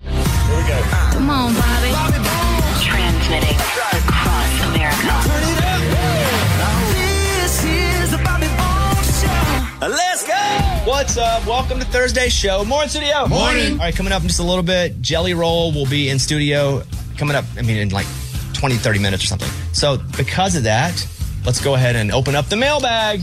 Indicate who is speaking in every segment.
Speaker 1: Come on, Bobby. Transmitting across America.
Speaker 2: This is the Bobby Bones Show.
Speaker 3: Let's go! What's up? Welcome to Thursday's show. Morning, studio. Morning. All right, coming up in just a little bit, Jelly Roll will be in studio coming up, I mean, in like 20, 30 minutes or something. So, because of that, let's go ahead and open up the mailbag.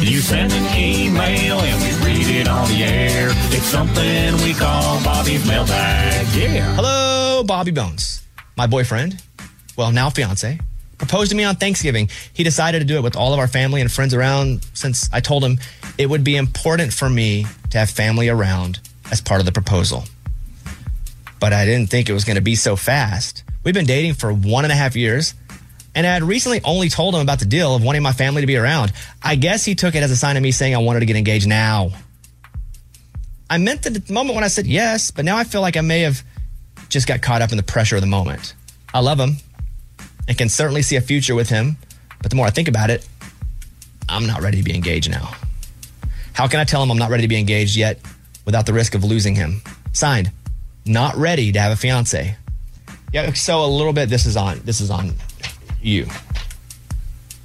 Speaker 4: You send an email and we read it on the air. It's something we call Bobby's mailbag. Yeah.
Speaker 3: Hello, Bobby Bones. My boyfriend, well, now fiance, proposed to me on Thanksgiving. He decided to do it with all of our family and friends around since I told him it would be important for me to have family around as part of the proposal. But I didn't think it was going to be so fast. We've been dating for one and a half years, and I had recently only told him about the deal of wanting my family to be around. I guess he took it as a sign of me saying I wanted to get engaged now. I meant that at the moment when I said yes, but now I feel like I may have just got caught up in the pressure of the moment. I love him and can certainly see a future with him, but the more I think about it, I'm not ready to be engaged now. How can I tell him I'm not ready to be engaged yet without the risk of losing him? Signed, not ready to have a fiance. Yeah, so a little bit this is on this is on you.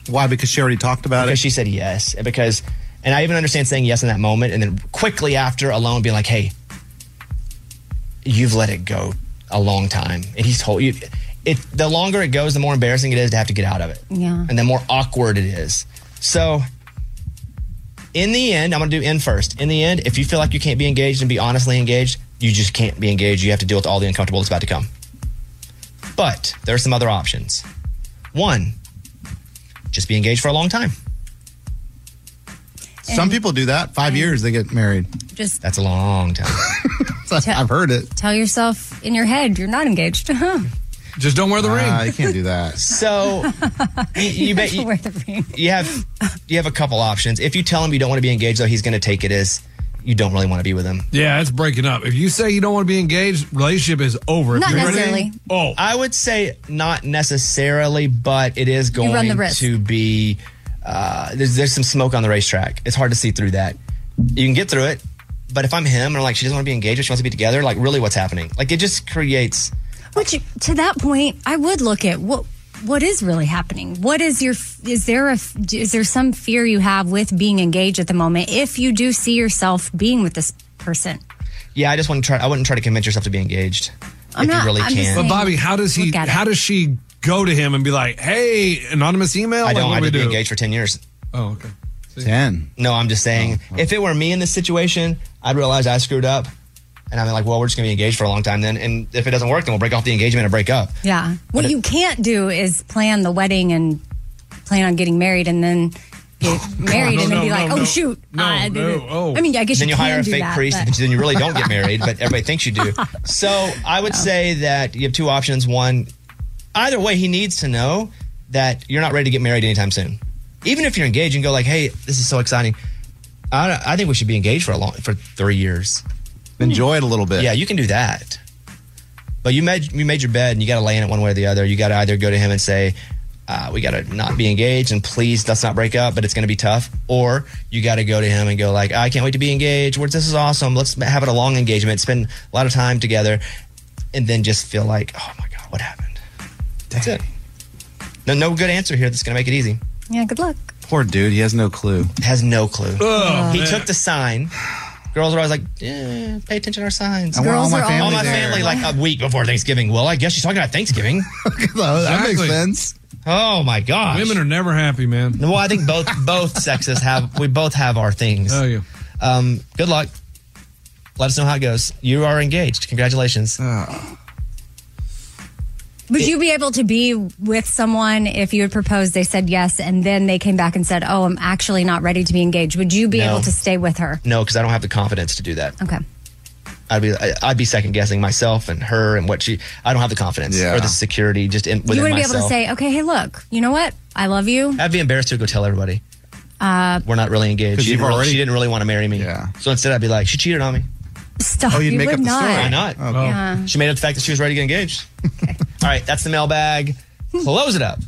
Speaker 5: Why? Because she already talked about
Speaker 3: Because she said yes. And because and I even understand saying yes in that moment and then quickly after alone being like, hey, you've let it go a long time. And he's told you it the longer it goes, the more embarrassing it is to have to get out of it.
Speaker 6: Yeah.
Speaker 3: And the more awkward it is. So in the end, I'm gonna do end first. In the end, if you feel like you can't be engaged and be honestly engaged, you just can't be engaged. You have to deal with all the uncomfortable that's about to come. But there are some other options. One, just be engaged for a long time.
Speaker 5: it. Some people do that. Five years, they get married.
Speaker 6: Just
Speaker 3: That's a long time.
Speaker 5: I've heard it.
Speaker 6: tell yourself in your head you're not engaged.
Speaker 7: Just don't wear the ring.
Speaker 5: Uh, you can't do that.
Speaker 3: So
Speaker 6: Oh,
Speaker 3: you, you, bet,
Speaker 6: Don't
Speaker 3: you,
Speaker 6: wear the ring.
Speaker 3: you have you have a couple options. If you tell him you don't want to be engaged, though, he's going to take it as you don't really want to be with him.
Speaker 7: Yeah, it's breaking up. If you say you don't want to be engaged, relationship is over. If
Speaker 6: Not
Speaker 7: you're ready-
Speaker 6: necessarily.
Speaker 7: Oh,
Speaker 3: I would say not necessarily, but it is
Speaker 6: run
Speaker 3: going
Speaker 6: the risk.
Speaker 3: to be. Uh, there's there's some smoke on the racetrack. It's hard to see through that. You can get through it, but if I'm him and I'm like she doesn't want to be engaged, but she wants to be together, like really, what's happening? Like it just creates.
Speaker 6: Which to that point, I would look at what what is really happening. What is your is there a is there some fear you have with being engaged at the moment if you do see yourself being with this person?
Speaker 3: Yeah, I just want to try. I wouldn't try to convince yourself to be engaged
Speaker 6: I'm
Speaker 3: if
Speaker 6: not-
Speaker 3: you really
Speaker 6: I'm just
Speaker 3: can.
Speaker 6: saying-
Speaker 7: but Bobby, how does he?
Speaker 6: Look at it.
Speaker 7: How does she go to him and be like, "Hey, anonymous email"?
Speaker 3: I
Speaker 7: Like,
Speaker 3: don't.
Speaker 7: what
Speaker 3: I
Speaker 7: do we
Speaker 3: did be
Speaker 7: do?
Speaker 3: engaged for ten years.
Speaker 7: Oh, okay.
Speaker 5: Ten.
Speaker 3: No, I'm just saying, if it were me in this situation, I'd realize I screwed up. And I'm like, well, we're just going to be engaged for a long time then. And if it doesn't work, then we'll break off the engagement and break up.
Speaker 6: Yeah. What you can't do is plan the wedding and plan on getting married and then get married
Speaker 7: no,
Speaker 6: and then
Speaker 7: no,
Speaker 6: be like,
Speaker 7: no,
Speaker 6: "Oh
Speaker 7: no.
Speaker 6: shoot,
Speaker 7: No,
Speaker 6: I didn't."
Speaker 7: no, oh.
Speaker 6: I mean, I guess
Speaker 3: then
Speaker 6: you,
Speaker 3: you
Speaker 6: can
Speaker 3: hire a
Speaker 6: do
Speaker 3: fake
Speaker 6: that,
Speaker 3: priest,
Speaker 6: but-
Speaker 3: and then you really don't get married, but everybody thinks you do. So I would say that you have two options. One, either way, he needs to know that you're not ready to get married anytime soon. Even if you're engaged and go like, hey, this is so exciting. I, I think we should be engaged for a long for three years.
Speaker 5: Enjoy it a little bit.
Speaker 3: Yeah, you can do that. But you made you made your bed, and you got to lay in it one way or the other. You got to either go to him and say, uh, "We got to not be engaged, and please let's not break up, but it's going to be tough," or you got to go to him and go like, "I can't wait to be engaged. We're- This is awesome. Let's have it a long engagement. Spend a lot of time together, and then just feel like, oh my god, what happened? That's it. No, no good answer here. That's going to make it easy.
Speaker 6: Yeah, good luck.
Speaker 5: Poor dude. He has no clue.
Speaker 3: Has no clue.
Speaker 5: Oh,
Speaker 3: he
Speaker 5: man.
Speaker 3: took the sign. Girls are always like, yeah, pay attention to our signs.
Speaker 5: I want all my family
Speaker 3: all my
Speaker 5: there.
Speaker 3: family like a week before Thanksgiving. Well, I guess she's talking about Thanksgiving.
Speaker 5: that makes Exactly. sense.
Speaker 3: Oh my gosh.
Speaker 7: Women are never happy, man.
Speaker 3: Well, I think both both sexes have we both have our things. Oh
Speaker 7: yeah.
Speaker 3: Um, good luck. Let us know how it goes. You are engaged. Congratulations.
Speaker 5: Oh.
Speaker 6: Would you be able to be with someone if you had proposed, they said yes, and then they came back and said, oh, I'm actually not ready to be engaged? Would you be
Speaker 3: No.
Speaker 6: able to stay with her?
Speaker 3: No, because I don't have the confidence to do that.
Speaker 6: Okay.
Speaker 3: I'd be I- I'd be second guessing myself and her and what she. I don't have the confidence or the security just in, within
Speaker 6: you wouldn't
Speaker 3: myself.
Speaker 6: be able to say, okay, hey, look, you know what? I love you.
Speaker 3: I'd be embarrassed to go tell everybody.
Speaker 6: Uh,
Speaker 3: we're not really engaged.
Speaker 5: 'Cause
Speaker 3: She
Speaker 5: you've
Speaker 3: didn't, really-
Speaker 5: already-
Speaker 3: she didn't really want to marry me. Yeah. So instead, I'd be like, she cheated on me.
Speaker 6: stop.
Speaker 2: Oh,
Speaker 6: you would not.
Speaker 3: Why not?
Speaker 6: Yeah.
Speaker 3: She made up the fact that she was ready to get engaged. All right, that's the mailbag. Close it up.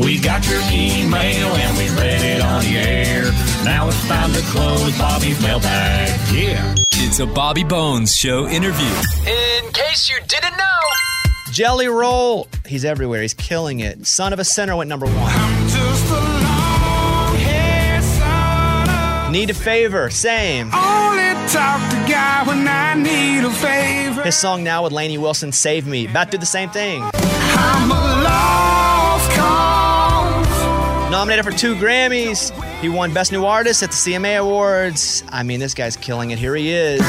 Speaker 4: We got your email and we read it on the air. Now it's time to close Bobby's mailbag. Yeah.
Speaker 8: It's a Bobby Bones Show interview.
Speaker 3: In case you didn't know, Jelly Roll. He's everywhere. He's killing it. Son of a Sinner went number one.
Speaker 2: Just a long-haired son of-
Speaker 3: Need a favor. Same.
Speaker 2: Only talk to God when I need a favor.
Speaker 3: His song now with Laney Wilson, Save Me. About did the same thing.
Speaker 2: I'm a lost cause.
Speaker 3: Nominated for two Grammys. He won Best New Artist at the CMA Awards. I mean, this guy's killing it. Here he is.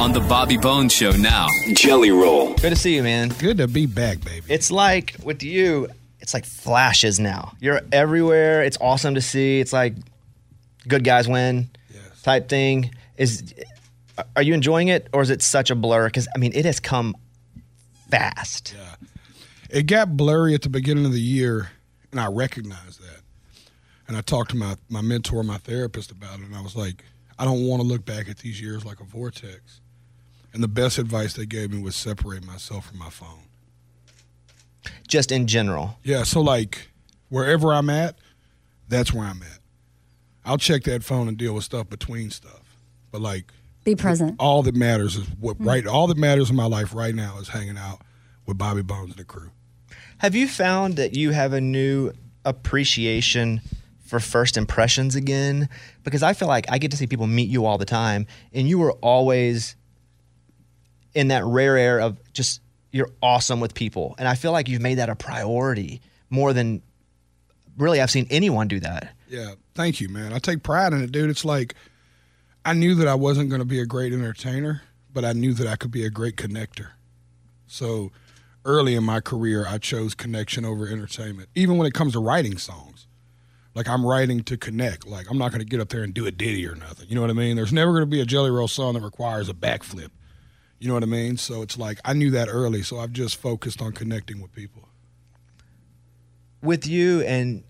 Speaker 8: On the Bobby Bones Show now.
Speaker 3: Jelly Roll. Good to see you, man.
Speaker 5: Good to be back, baby.
Speaker 3: It's like with you, it's like flashes now. You're everywhere. It's awesome to see. It's like good guys win type thing. Is are you enjoying it or is it such a blur? Because I mean, it has come fast.
Speaker 9: it got blurry at the beginning of the year, and I recognized that. And I talked to my, my mentor, my therapist about it, and I was like, I don't want to look back at these years like a vortex. And the best advice they gave me was separate myself from my phone.
Speaker 3: Just in general.
Speaker 9: Yeah, so like wherever I'm at, that's where I'm at. I'll check that phone and deal with stuff between stuff. But like
Speaker 6: Be present. Mm-hmm.
Speaker 9: all that matters is what right all that matters in my life right now is hanging out with Bobby Bones and the crew.
Speaker 3: Have you found that you have a new appreciation for first impressions again? Because I feel like I get to see people meet you all the time, and you were always in that rare air of just you're awesome with people. And I feel like you've made that a priority more than really I've seen anyone do that.
Speaker 9: Yeah, thank you, man. I take pride in it, dude. It's like I knew that I wasn't going to be a great entertainer, but I knew that I could be a great connector. So early in my career, I chose connection over entertainment, even when it comes to writing songs. Like I'm writing to connect. Like I'm not going to get up there and do a ditty or nothing. You know what I mean? There's never going to be a Jelly Roll song that requires a backflip. You know what I mean? So it's like I knew that early, so I've just focused on connecting with people.
Speaker 3: With you and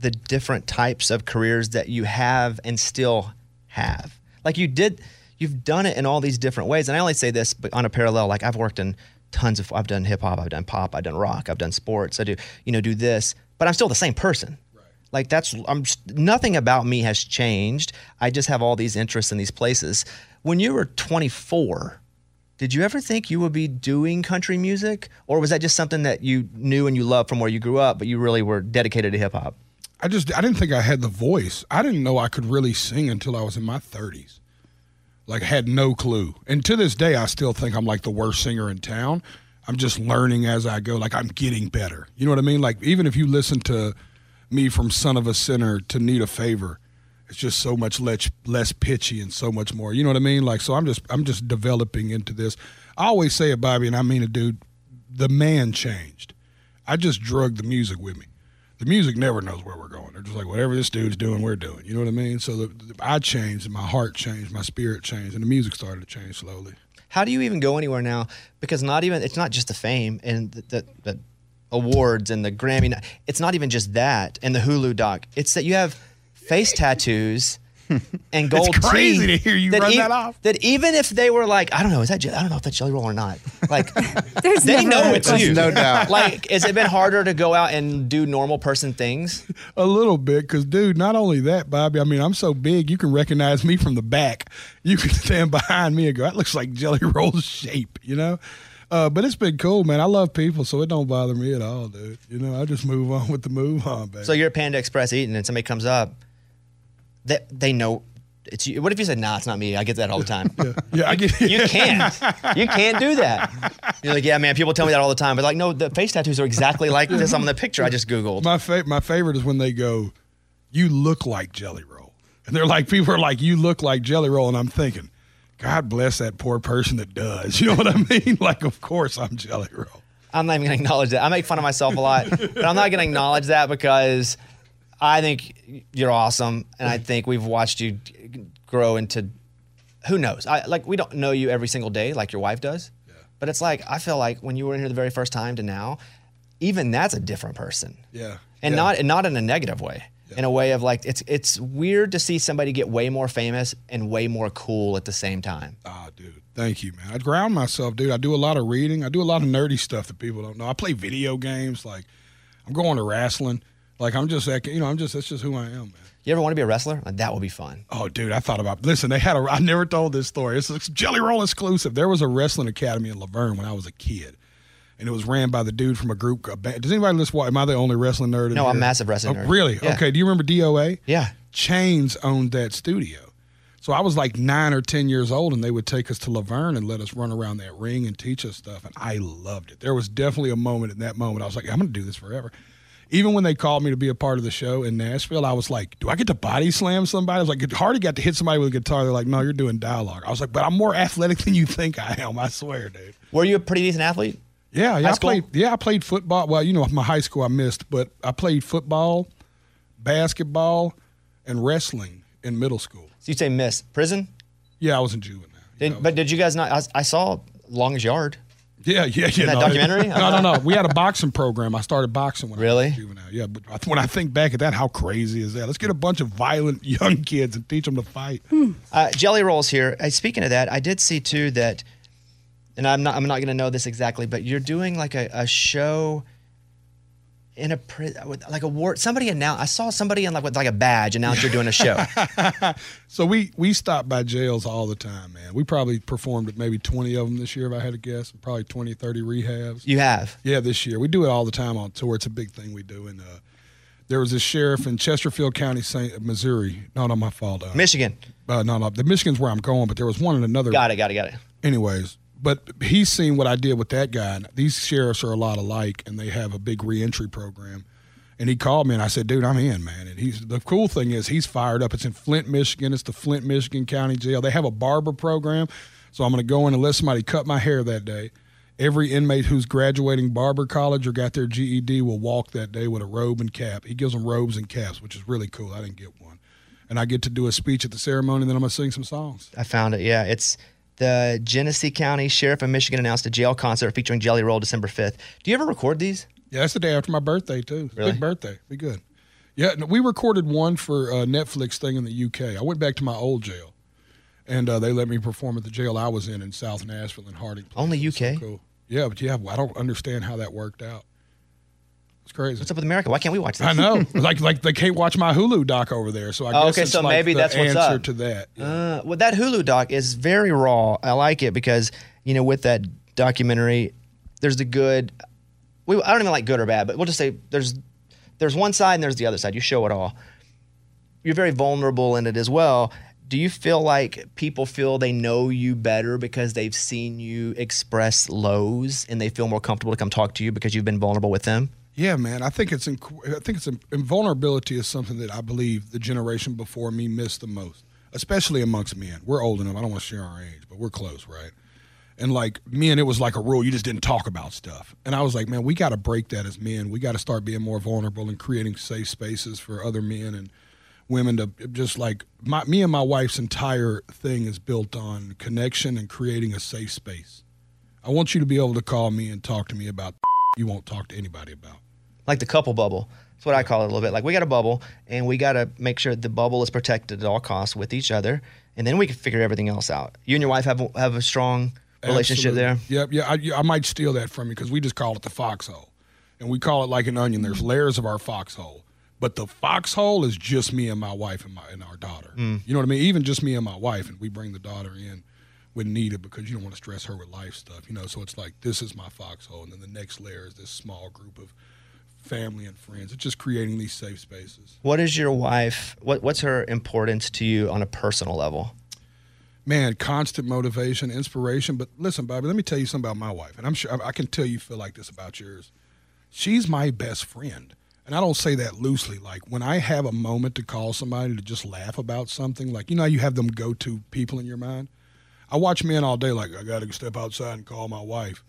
Speaker 3: the different types of careers that you have and still have. Like you did, you've done it in all these different ways. And I only say this but on a parallel. Like I've worked in tons of, I've done hip hop, I've done pop, I've done rock, I've done sports, I do, you know, do this, but I'm still the same person. Like that's, I'm s- nothing about me has changed. I just have all these interests in these places. When you were 24, did you ever think you would be doing country music, or was that just something that you knew and you loved from where you grew up, but you really were dedicated to hip hop?
Speaker 9: I just I didn't think I had the voice. I didn't know I could really sing until I was in my 30s. Like had no clue. And to this day I still think I'm like the worst singer in town. I'm just learning as I go. Like I'm getting better. You know what I mean? Like even if you listen to me from Son of a Sinner to Need a Favor, it's just so much less less pitchy and so much more. You know what I mean? Like so I'm just I'm just developing into this. I always say it, Bobby, and I mean it, dude, the man changed. I just drug the music with me the music never knows where we're going. They're just like, whatever this dude's doing, we're doing. You know what I mean? So the, the, I changed, and my heart changed, my spirit changed, and the music started to change slowly.
Speaker 3: how do you even go anywhere now? Because not even it's not just the fame and the, the, the awards and the Grammy. It's not even just that and the Hulu doc. It's that you have face tattoos and gold
Speaker 9: It's crazy
Speaker 3: teeth
Speaker 9: to hear you run
Speaker 3: e-
Speaker 9: that off.
Speaker 3: That even if they were like, I don't know, is that Je- I don't know if that's Jelly Roll or not. Like,
Speaker 9: There's
Speaker 3: they
Speaker 9: never
Speaker 3: know
Speaker 9: a
Speaker 3: it's
Speaker 9: question.
Speaker 3: you.
Speaker 9: No doubt.
Speaker 3: Like, has it been harder to go out and do normal person things?
Speaker 9: A little bit, because dude, not only that, Bobby. I mean, I'm so big, you can recognize me from the back. You can stand behind me and go, "That looks like Jelly Roll's shape," you know. Uh, but it's been cool, man. I love people, so it don't bother me at all, dude. You know, I just move on with the move on, baby.
Speaker 3: So you're at Panda Express eating, and somebody comes up. They they know it's you. What if you said, Nah, it's not me. I get that all the time. yeah,
Speaker 9: I get.
Speaker 3: You can't. You can't do that. You're like, yeah, man. People tell me that all the time. But like, no, the face tattoos are exactly like this on the picture I just googled.
Speaker 9: My fa- my favorite is when they go, "You look like Jelly Roll," and they're like, people are like, "You look like Jelly Roll," and I'm thinking, God bless that poor person that does. You know what I mean? like, of course I'm Jelly Roll.
Speaker 3: I'm not even gonna acknowledge that. I make fun of myself a lot, but I'm not gonna acknowledge that because I think you're awesome, and I think we've watched you grow into who knows. I like we don't know you every single day like your wife does, but it's like I feel like when you were in here the very first time to now, even that's a different person,
Speaker 9: Yeah.
Speaker 3: and
Speaker 9: Yeah.
Speaker 3: not and not in a negative way. In a way of like it's it's weird to see somebody get way more famous and way more cool at the same time.
Speaker 9: Thank you, man. I ground myself, dude. I do a lot of reading. I do a lot of nerdy stuff that people don't know. I play video games. Like, I'm going to wrestling. Like, I'm just that. You know, I'm just that's just who I am, man.
Speaker 3: You ever want to be a wrestler? Like, that would be fun.
Speaker 9: Oh, dude, I thought about. Listen, they had a. I never told this story. It's a Jelly Roll exclusive. There was a wrestling academy in Laverne when I was a kid, and it was ran by the dude from a group. A band. Does anybody listen? Am I the only wrestling nerd? in
Speaker 3: No, I'm
Speaker 9: here?
Speaker 3: massive wrestling
Speaker 9: Oh,
Speaker 3: nerd.
Speaker 9: Really?
Speaker 3: Yeah.
Speaker 9: Okay. Do you remember DOA?
Speaker 3: Yeah.
Speaker 9: Chains owned that studio. So I was like nine or ten years old, and they would take us to Laverne and let us run around that ring and teach us stuff, and I loved it. There was definitely a moment in that moment I was like, I'm going to do this forever. Even when they called me to be a part of the show in Nashville, I was like, Do I get to body slam somebody? I was like, Hardy got to hit somebody with a guitar. They're like, No, you're doing dialogue. I was like, But I'm more athletic than you think I am. I swear, dude.
Speaker 3: Were you a pretty decent athlete?
Speaker 9: Yeah, yeah.
Speaker 3: High
Speaker 9: I
Speaker 3: school?
Speaker 9: played. Yeah, I played football. Well, you know, my high school I missed, but I played football, basketball, and wrestling in middle school.
Speaker 3: So you say miss prison?
Speaker 9: Yeah, I was in juvenile.
Speaker 3: Did, but did you guys not? I, I saw Long's Yard.
Speaker 9: Yeah, yeah, yeah.
Speaker 3: that
Speaker 9: no,
Speaker 3: documentary?
Speaker 9: No, no, no. We had a boxing program. I started boxing when I
Speaker 3: Really?
Speaker 9: was juvenile. Yeah, but I- when I think back at that, how crazy is that? Let's get a bunch of violent young kids and teach them to fight.
Speaker 3: Uh, jelly rolls here. Uh, speaking of that, I did see too that, and I'm not I'm not going to know this exactly, but you're doing like a, a show in a pri- with like a ward. Somebody announced. I saw somebody in like with like a badge announce you're doing a show.
Speaker 9: So we we stop by jails all the time, man. We probably performed at maybe 20 of them this year, if I had to guess. Probably 20, 30 rehabs.
Speaker 3: You have.
Speaker 9: Yeah, this year. We do it all the time on tour. It's a big thing we do. And uh, there was a sheriff in Chesterfield County, Saint, Missouri. No, no, my fault. Uh,
Speaker 3: Michigan.
Speaker 9: Uh, no, no. The Michigan's where I'm going, but there was one in another.
Speaker 3: Got it. Got it. Got it.
Speaker 9: Anyways, but he's seen what I did with that guy. And these sheriffs are a lot alike, and they have a big reentry program. And he called me, and I said, "Dude, I'm in, man." And he's the cool thing is he's fired up. It's in Flint, Michigan. It's the Flint, Michigan County Jail. They have a barber program, so I'm going to go in and let somebody cut my hair that day. Every inmate who's graduating barber college or got their GED will walk that day with a robe and cap. He gives them robes and caps, which is really cool. I didn't get one. And I get to do a speech at the ceremony, and then I'm going to sing some songs.
Speaker 3: I found it. Yeah, it's the Genesee County Sheriff of Michigan announced a jail concert featuring Jelly Roll December 5th. Do you ever record these?
Speaker 9: Yeah, that's the day after my birthday too.
Speaker 3: Really?
Speaker 9: Big birthday. Be good. Yeah, no, we recorded one for a Netflix thing in the UK. I went back to my old jail, and uh, they let me perform at the jail I was in in South Nashville and Harding.
Speaker 3: Only UK.
Speaker 9: cool. Yeah, but yeah, I don't understand how that worked out. It's crazy. What's
Speaker 3: up with America? Why can't we watch this?
Speaker 9: I know. like, like they can't watch my Hulu doc over there. So I
Speaker 3: Oh,
Speaker 9: guess
Speaker 3: okay,
Speaker 9: it's
Speaker 3: so
Speaker 9: like
Speaker 3: maybe
Speaker 9: the
Speaker 3: that's what's
Speaker 9: answer
Speaker 3: up.
Speaker 9: to that.
Speaker 3: Uh, well, that Hulu doc is very raw. I like it because you know, with that documentary, there's the good. We, I don't even like good or bad, but we'll just say there's there's one side and there's the other side. You show it all. You're very vulnerable in it as well. Do you feel like people feel they know you better because they've seen you express lows and they feel more comfortable to come talk to you because you've been vulnerable with them?
Speaker 9: Yeah, man. I think it's inc- I think it's in- invulnerability is something that I believe the generation before me missed the most, especially amongst men. We're old enough. I don't want to share our age, but we're close, right? And like men, it was like a rule. You just didn't talk about stuff. And I was like, man, we got to break that as men. We got to start being more vulnerable and creating safe spaces for other men and women to just like my, me and my wife's entire thing is built on connection and creating a safe space. I want you to be able to call me and talk to me about you won't talk to anybody about.
Speaker 3: like the couple bubble. That's what I call it a little bit. Like we got a bubble, and we got to make sure the bubble is protected at all costs with each other, and then we can figure everything else out. You and your wife have have a strong relationship there.
Speaker 9: Absolutely. Yep, yeah. I, yeah, I might steal that from you because we just call it the foxhole, and we call it like an onion.
Speaker 3: Mm-hmm.
Speaker 9: There's layers of our foxhole, but the foxhole is just me and my wife and my and our daughter.
Speaker 10: Mm.
Speaker 9: You know what I mean? Even just me and my wife, and we bring the daughter in when needed because you don't want to stress her with life stuff. You know, so it's like this is my foxhole, and then the next layer is this small group of family and friends. It's just creating these safe spaces.
Speaker 3: What is your wife? What what's her importance to you on a personal level?
Speaker 9: man, constant motivation, inspiration. But listen, Bobby, let me tell you something about my wife, and I'm sure I I can tell you feel like this about yours. She's my best friend, and I don't say that loosely. Like when I have a moment to call somebody to just laugh about something, like you know, how you have them go-to people in your mind. I watch men all day, like I got to step outside and call my wife.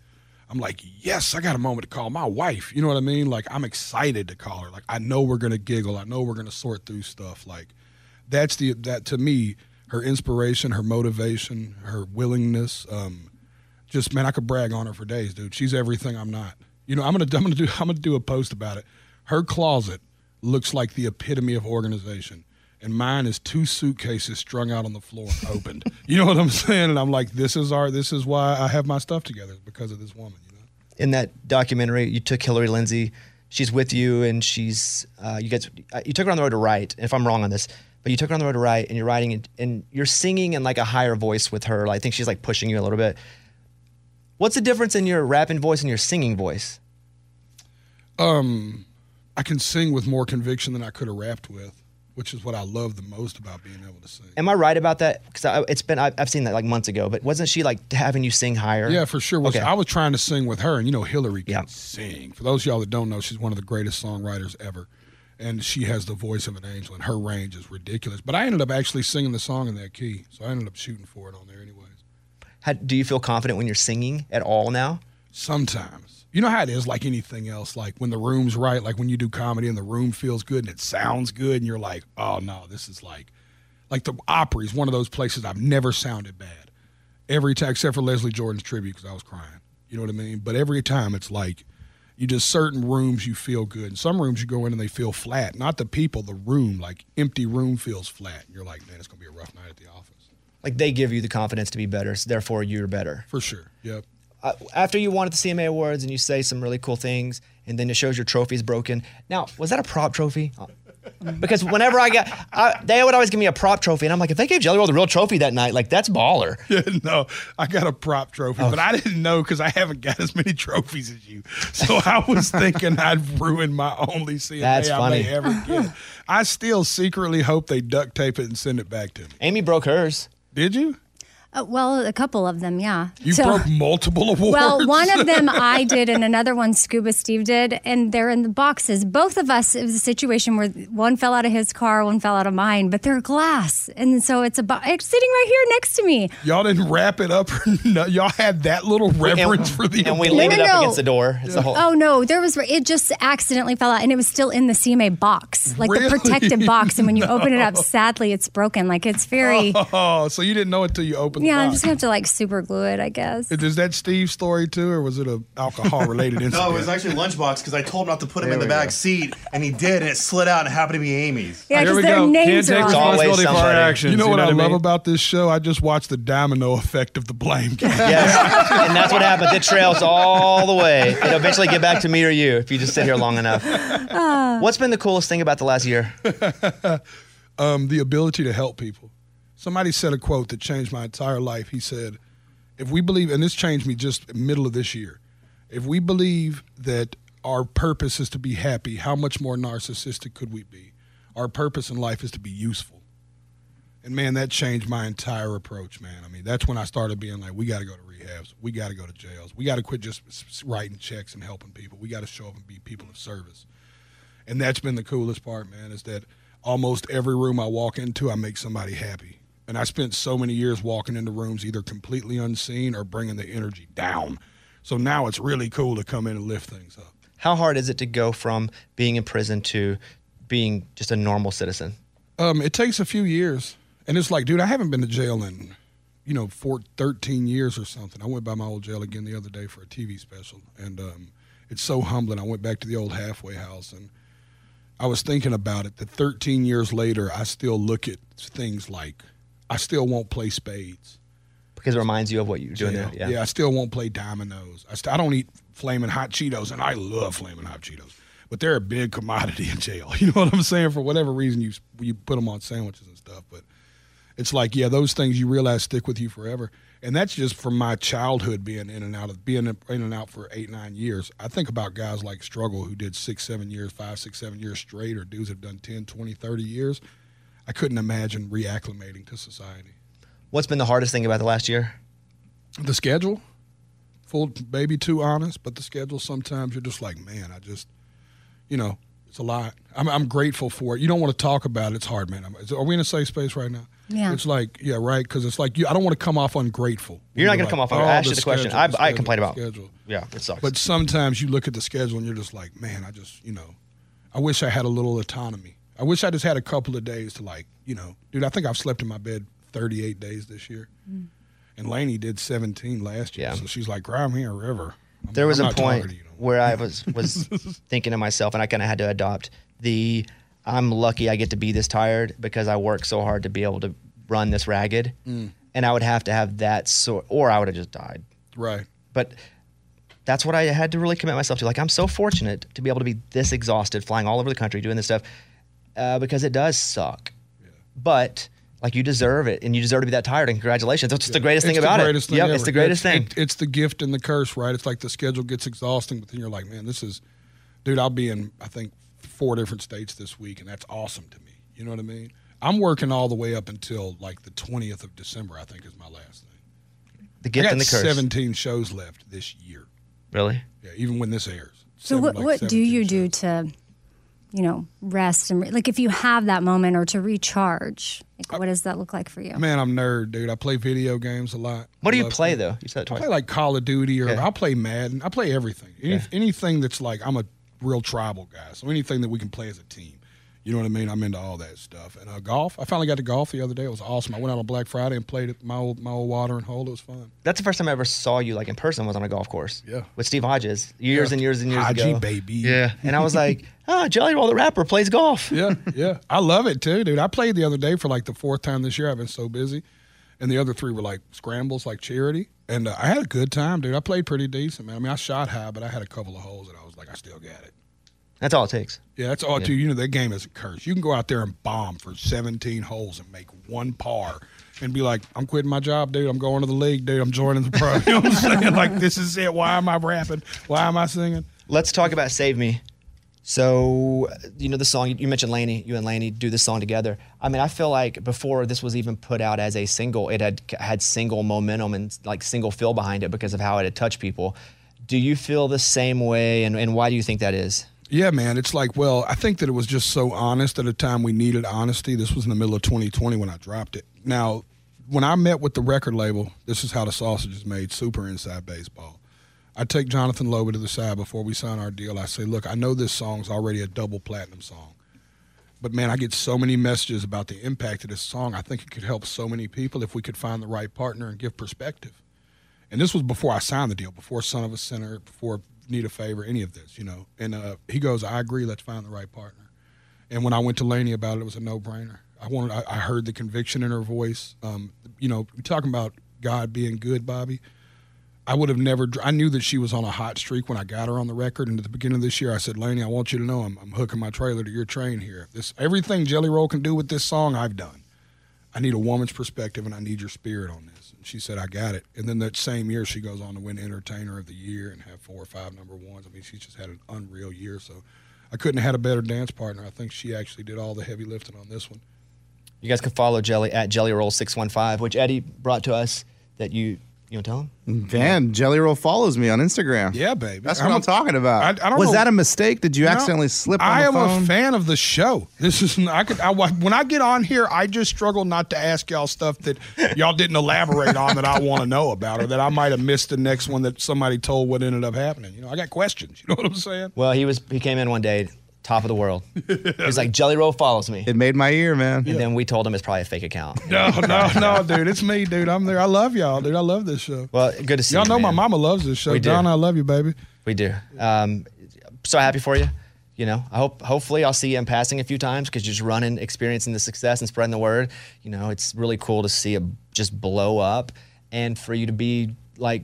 Speaker 9: I'm like, yes, I got a moment to call my wife. You know what I mean? Like I'm excited to call her. Like I know we're gonna giggle. I know we're gonna sort through stuff. Like that's the that to me her inspiration, her motivation, her willingness. Um, just man, I could brag on her for days, dude. She's everything I'm not. You know, I'm gonna I'm gonna do I'm gonna do a post about it. Her closet looks like the epitome of organization, and mine is two suitcases strung out on the floor and opened. you know what I'm saying? And I'm like, this is our this is why I have my stuff together is because of this woman. You know?
Speaker 3: In that documentary, you took Hillary Lindsay. She's with you, and she's uh, you guys. You took her on the road to write. If I'm wrong on this, but you took her on the road to write and you're writing and, and you're singing in like a higher voice with her. Like, I think she's like pushing you a little bit. What's the difference in your rapping voice and your singing voice?
Speaker 9: Um, I can sing with more conviction than I could have rapped with, which is what I love the most about being able to sing.
Speaker 3: Am I right about that? Because it's been I, I've seen that like months ago, but wasn't she like having you sing higher?
Speaker 9: Yeah, for sure. Was,
Speaker 3: Okay.
Speaker 9: I was trying to sing with her, and you know, Hillary can sing. For those of y'all that don't know, she's one of the greatest songwriters ever. And she has the voice of an angel, and her range is ridiculous. But I ended up actually singing the song in that key, so I ended up shooting for it on there anyways.
Speaker 3: How, do you feel confident when you're singing at all now?
Speaker 9: Sometimes. You know how it is, like anything else, like when the room's right, like when you do comedy and the room feels good and it sounds good, and you're like, oh no, this is like, like the Opry is one of those places I've never sounded bad. Every time, except for Leslie Jordan's tribute, because I was crying. You know what I mean? But every time it's like, you just certain rooms you feel good. And some rooms you go in and they feel flat. Not the people, the room, like empty room feels flat. And you're like, man, it's going to be a rough night at the office.
Speaker 3: Like they give you the confidence to be better, so therefore you're better.
Speaker 9: For sure. Yep.
Speaker 3: Uh, after you won at the CMA Awards and you say some really cool things, and then it shows your trophy's broken. Now, was that a prop trophy? Uh, Because whenever I got, I, they would always give me a prop trophy, and I'm like, if they gave Jelly Roll the real trophy that night, like that's baller.
Speaker 9: Yeah, no, I got a prop trophy,
Speaker 3: Oh.
Speaker 9: but I didn't know because I haven't got as many trophies as you. So I was thinking I'd ruin my only CMA
Speaker 3: That's
Speaker 9: I may
Speaker 3: funny.
Speaker 9: ever get. I still secretly hope they duct tape it and send it back to me.
Speaker 3: Amy broke hers.
Speaker 9: Did you?
Speaker 6: Uh, well, a couple of them, yeah.
Speaker 9: You
Speaker 6: So-
Speaker 9: broke multiple awards.
Speaker 6: Well, one of them I did, and another one Scuba Steve did, and they're in the boxes. Both of us, it was a situation where one fell out of his car, one fell out of mine, but they're glass, and so it's a bo- it's sitting right here next to me.
Speaker 9: Y'all didn't wrap it up. or no- Y'all had that little reverence for the
Speaker 3: and we
Speaker 9: award.
Speaker 3: laid it
Speaker 6: No,
Speaker 3: up
Speaker 6: no, no.
Speaker 3: against the door. It's a whole-
Speaker 6: Oh no, there was it just accidentally fell out, and it was still in the CMA box, like the
Speaker 9: Really?
Speaker 6: protective box. And when you open it up,
Speaker 9: No.
Speaker 6: sadly, it's broken. Like it's very
Speaker 9: Oh, so you didn't know it till you opened
Speaker 6: yeah.
Speaker 9: the
Speaker 6: I'm
Speaker 9: box.
Speaker 6: just gonna have to like super glue it, I guess.
Speaker 9: Is that Steve's story too, or was it a alcohol related incident?
Speaker 11: No, it was actually lunchbox because I told him not to put him
Speaker 9: There
Speaker 11: in the
Speaker 9: we
Speaker 11: back
Speaker 9: go.
Speaker 11: seat, and he did, and it slid out and happened to be Amy's.
Speaker 6: Yeah,
Speaker 9: Ah, Here
Speaker 6: 'cause
Speaker 9: we
Speaker 6: their
Speaker 9: go.
Speaker 6: names Can't are take on it. responsibility
Speaker 11: for our actions,
Speaker 9: You know
Speaker 11: you
Speaker 9: what
Speaker 11: know
Speaker 9: I
Speaker 11: what I
Speaker 9: love
Speaker 11: mean?
Speaker 9: about this show? I just watched the domino effect of the blame game.
Speaker 3: Yes, and that's what happens. It trails all the way. It'll eventually get back to me or you if you just sit here long enough. What's been the coolest thing about the last year?
Speaker 9: um, the ability to help people. Somebody said a quote that changed my entire life. He said, "If we believe, and this changed me just middle of this year, if we believe that our purpose is to be happy, how much more narcissistic could we be? Our purpose in life is to be useful." And man, that changed my entire approach, man. I mean, that's when I started being like, "We got to go to rehabs. We got to go to jails. We got to quit just s- s- writing checks and helping people. We got to show up and be people of service." And that's been the coolest part, man, is that almost every room I walk into, I make somebody happy. And I spent so many years walking into rooms either completely unseen or bringing the energy down. So now it's really cool to come in and lift things up.
Speaker 3: How hard is it to go from being in prison to being just a normal citizen?
Speaker 9: Um, it takes a few years. And it's like, dude, I haven't been to jail in, you know, four, 13 years or something. I went by my old jail again the other day for a TV special. And um, It's so humbling. I went back to the old halfway house and I was thinking about it that 13 years later, I still look at things like I still won't play spades.
Speaker 3: Because it reminds you of what you're doing
Speaker 9: yeah,
Speaker 3: now. Yeah.
Speaker 9: I still won't play dominoes. I, st- I don't eat flaming hot Cheetos, and I love flaming hot Cheetos, but they're a big commodity in jail. You know what I'm saying? For whatever reason, you s- you put them on sandwiches and stuff, but it's like yeah, those things you realize stick with you forever, and that's just from my childhood being in and out of being in in and out for eight nine years. I think about guys like Struggle who did six seven years, five six seven years straight, or dudes have done 10, 20, 30 years. I couldn't imagine reacclimating to society.
Speaker 3: What's been the hardest thing about the last year?
Speaker 9: The schedule, full maybe too honest, but the schedule sometimes you're just like, man, I just, you know, it's a lot. I'm, I'm grateful for it. You don't want to talk about it. It's hard, man. I'm, is- are we in a safe space right now?
Speaker 3: Yeah.
Speaker 9: It's like, yeah, right, because it's like you. I don't want to come off ungrateful.
Speaker 3: You're not going
Speaker 9: like,
Speaker 3: to come off.
Speaker 9: oh,
Speaker 3: I asked you the question.
Speaker 9: schedule,
Speaker 3: I,
Speaker 9: the
Speaker 3: I
Speaker 9: schedule,
Speaker 3: complained
Speaker 9: the
Speaker 3: about.
Speaker 9: schedule.
Speaker 3: Yeah, it sucks.
Speaker 9: But sometimes you look at the schedule and you're just like, man, I just, you know, I wish I had a little autonomy. I wish I just had a couple of days to like, you know, dude, I think I've slept in my bed 38 days this year. And Lainey did 17 last year. So she's like, I'm here, river. I'm-
Speaker 3: there was
Speaker 9: I'm
Speaker 3: a
Speaker 9: not talking
Speaker 3: point
Speaker 9: to you.
Speaker 3: where I was was thinking to myself, and I kind of had to adopt the I'm lucky I get to be this tired because I work so hard to be able to run this ragged,
Speaker 9: Mm.
Speaker 3: and I would have to have that sort, or I would have just died.
Speaker 9: Right.
Speaker 3: But that's what I had to really commit myself to. Like I'm so fortunate to be able to be this exhausted, flying all over the country doing this stuff, uh, because it does suck. But like you deserve it, and you deserve to be that tired. And congratulations, that's the greatest
Speaker 9: It's
Speaker 3: thing about
Speaker 9: the
Speaker 3: it.
Speaker 9: greatest Thing
Speaker 3: yep,
Speaker 9: ever.
Speaker 3: it's the greatest thing.
Speaker 9: it- it's the gift and the curse, right? It's like the schedule gets exhausting, but then you're like, man, this is, dude, I'll be in, I think, four different states this week, and that's awesome to me. You know what I mean? I'm working all the way up until like the 20th of December, I think is my last thing.
Speaker 3: the gift
Speaker 9: I got
Speaker 3: and the curse.
Speaker 9: 17 shows left this year.
Speaker 3: Really?
Speaker 9: Yeah, even when this airs.
Speaker 6: So
Speaker 9: Seven-
Speaker 6: what
Speaker 9: like
Speaker 6: what do
Speaker 9: 17.
Speaker 6: you do to, you know, rest and re- like if you have that moment or to recharge? Like what does that look like for you?
Speaker 9: Man, I'm nerd, dude. I play video games a lot.
Speaker 3: What do
Speaker 9: I
Speaker 3: you
Speaker 9: love-
Speaker 3: play though? You said it
Speaker 9: I
Speaker 3: twice.
Speaker 9: play like Call of Duty or I play Madden. I play everything. Any, Anything that's like I'm a real tribal guy, so anything that we can play as a team. You know what I mean? I'm into all that stuff. And uh, golf, I finally got to golf the other day. It was awesome. I went out on Black Friday and played at my old my old watering hole. It was fun.
Speaker 3: That's the first time I ever saw you like in person was on a golf course.
Speaker 9: Yeah.
Speaker 3: With Steve Hodges years
Speaker 9: Yeah.
Speaker 3: and years and years
Speaker 9: Haji,
Speaker 3: ago.
Speaker 9: baby.
Speaker 3: Yeah. And I was like, oh, Jelly Roll the rapper plays golf.
Speaker 9: Yeah, yeah. I love it too, dude. I played the other day for like the fourth time this year. I've been so busy. And the other three were like scrambles, like charity. And uh, I had a good time, dude. I played pretty decent, man. I mean, I shot high, but I had a couple of holes that I was like, I still got it.
Speaker 3: that's all it takes.
Speaker 9: Yeah, that's all,
Speaker 3: Yeah.
Speaker 9: too. You know, that game is a curse. You can go out there and bomb for 17 holes and make one par and be like, I'm quitting my job, dude. I'm going to the league, dude. I'm joining the pro. you know what I'm saying? Like, this is it. Why am I rapping? Why am I singing?
Speaker 3: Let's talk about Save Me. So, you know, the song you mentioned Laney, you and Laney do this song together. I mean, I feel like before this was even put out as a single, it had had single momentum and like single feel behind it because of how it had touched people. Do you feel the same way and, and why do you think that is?
Speaker 9: Yeah, man. It's like, well, I think that it was just so honest at a time we needed honesty. This was in the middle of 2020 when I dropped it. Now, when I met with the record label, this is how the sausage is made super inside baseball. I take Jonathan Loba to the side before we sign our deal. I say, look, I know this song's already a double platinum song, but man, I get so many messages about the impact of this song. I think it could help so many people if we could find the right partner and give perspective. And this was before I signed the deal, before Son of a Sinner, before Need a Favor, any of this, you know. And uh, he goes, I agree, let's find the right partner. And when I went to Laney about it, it was a no brainer. I wanted, I, I heard the conviction in her voice. Um, you know, you're talking about God being good, Bobby. I would have never. dr- I knew that she was on a hot streak when I got her on the record. And at the beginning of this year, I said, "Laney, I want you to know I'm, I'm hooking my trailer to your train here. This everything Jelly Roll can do with this song, I've done. I need a woman's perspective, and I need your spirit on this." And she said, "I got it." And then that same year, she goes on to win Entertainer of the Year and have four or five number ones. I mean, she's just had an unreal year. So I couldn't have had a better dance partner. I think she actually did all the heavy lifting on this one.
Speaker 3: You guys can follow Jelly at Jelly Roll 615, which Eddie brought to us that you, you want to tell him?
Speaker 5: Damn, Jelly Roll follows me on Instagram.
Speaker 9: Yeah, baby.
Speaker 5: That's what
Speaker 9: I'm
Speaker 5: I'm,
Speaker 9: a-
Speaker 5: talking about.
Speaker 9: I- I don't
Speaker 5: was
Speaker 9: know-
Speaker 5: that a mistake? Did you
Speaker 9: No,
Speaker 5: accidentally slip on
Speaker 9: I
Speaker 5: the
Speaker 9: am
Speaker 5: phone?
Speaker 9: a fan of the show. This is I could I, when I get on here, I just struggle not to ask y'all stuff that y'all didn't elaborate on that I want to know about, or that I might have missed the next one that somebody told what ended up happening. You know, I got questions. You know what I'm saying?
Speaker 3: Well, he was he came in one day, top of the world. He's like, Jelly Roll follows me. It
Speaker 5: made my ear, man.
Speaker 3: And then we told him it's probably a fake account.
Speaker 9: No, no, no, dude, it's me, dude. I'm there. I love y'all, dude. I love this show.
Speaker 3: Well, good to see
Speaker 9: y'all
Speaker 3: you,
Speaker 9: know my
Speaker 3: man.
Speaker 9: mama loves this show.
Speaker 3: We do.
Speaker 9: Don, I love you, baby.
Speaker 3: We do. Um, so happy for you. You know, I hope hopefully I'll see you in passing a few times because you're just running, experiencing the success and spreading the word. You know, it's really cool to see it just blow up and for you to be like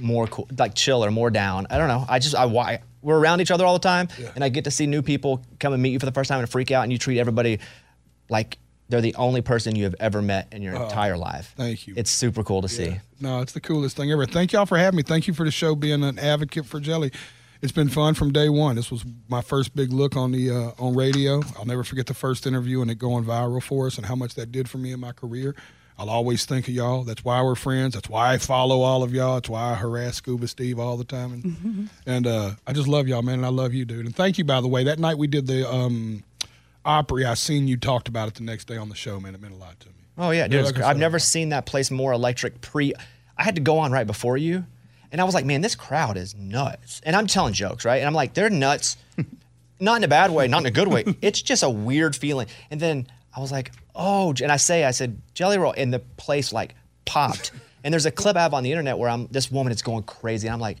Speaker 3: more cool, like chill or more down. I don't know. I just I why we're around each other all the time, and I get to see new people come and meet you for the first time and freak out, and you treat everybody like they're the only person you have ever met in your
Speaker 9: Oh,
Speaker 3: entire life.
Speaker 9: Thank you.
Speaker 3: It's super cool to see.
Speaker 9: No, it's the coolest thing ever. Thank y'all for having me. Thank you for the show being an advocate for jelly. It's been fun from day one. This was my first big look on the uh, on radio. I'll never forget the first interview and it going viral for us and how much that did for me in my career. I'll always think of y'all. That's why we're friends. That's why I follow all of y'all. That's why I harass Scuba Steve all the time. And and uh, I just love y'all, man. And I love you, dude. And thank you, by the way. That night we did the um, Opry. I seen you talked about it the next day on the show, man. It meant a lot to me.
Speaker 3: Oh yeah,
Speaker 9: Yeah,
Speaker 3: dude, it's
Speaker 9: like I
Speaker 3: cr-
Speaker 9: said,
Speaker 3: I've never seen that place more electric. Pre, I had to go on right before you, and I was like, man, this crowd is nuts. And I'm telling jokes, right? And I'm like, they're nuts, not in a bad way, not in a good way. It's just a weird feeling. And then I was like, oh, and I say, I said, Jelly Roll, and the place like popped. and there's a clip I have on the internet where I'm this woman is going crazy, and I'm like,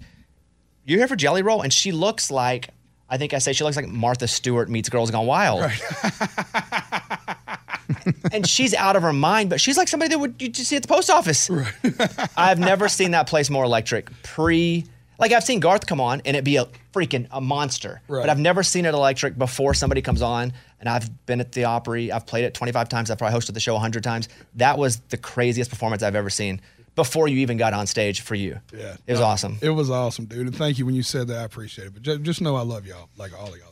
Speaker 3: you're here for Jelly Roll, and she looks like. I think I say she looks like Martha Stewart meets Girls Gone Wild and she's out of her mind, but she's like somebody that would you just see at the post office. I've never seen that place more electric. Pre, like I've seen Garth come on and it be a freaking a monster,
Speaker 10: Right.
Speaker 3: but I've never seen it electric before somebody comes on. And I've been at the Opry. I've played it 25 times. I've probably hosted the show 100 times. That was the craziest performance I've ever seen before you even got on stage for you.
Speaker 9: Yeah.
Speaker 3: It was awesome.
Speaker 9: Uh, It was awesome, dude. And thank you when you said that. I appreciate it. But ju- just know I love y'all, like all of y'all.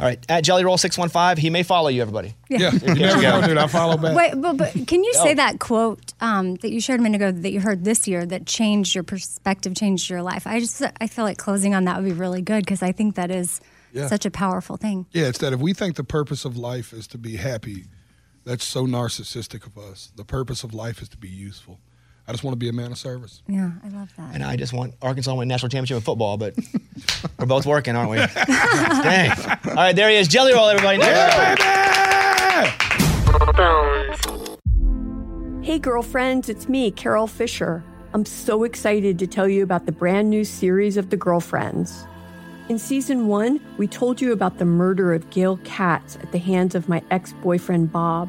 Speaker 3: All right. At Jelly Roll 615, he may follow you, everybody.
Speaker 6: Yeah.
Speaker 9: You never know, dude. I follow back.
Speaker 6: Wait, but, but can you
Speaker 3: No.
Speaker 6: say that quote um, that you shared a minute ago that you heard this year that changed your perspective, changed your life? I just I feel like closing on that would be really good because I think that is
Speaker 9: Yeah.
Speaker 6: such a powerful thing.
Speaker 9: Yeah, it's that if we think the purpose of life is to be happy, that's so narcissistic of us. The purpose of life is to be useful. I just want to be a man of service.
Speaker 6: Yeah, I love that.
Speaker 3: And I just want Arkansas to win national championship in football, but we're both working, aren't we? Dang. All right, there he is. Jelly roll, everybody.
Speaker 12: Hey, girlfriends, it's me, Carol Fisher. I'm so excited to tell you about the brand new series of The Girlfriends. In season one, we told you about the murder of Gail Katz at the hands of my ex boyfriend, Bob.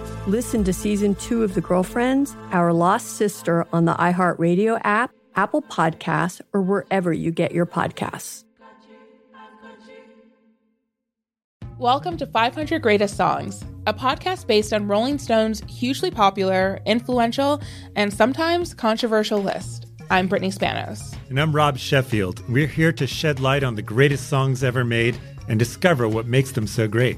Speaker 12: Listen to season two of The Girlfriends, Our Lost Sister on the iHeartRadio app, Apple Podcasts, or wherever you get your podcasts.
Speaker 13: Welcome to 500 Greatest Songs, a podcast based on Rolling Stone's hugely popular, influential, and sometimes controversial list. I'm Brittany Spanos.
Speaker 14: And I'm Rob Sheffield. We're here to shed light on the greatest songs ever made and discover what makes them so great.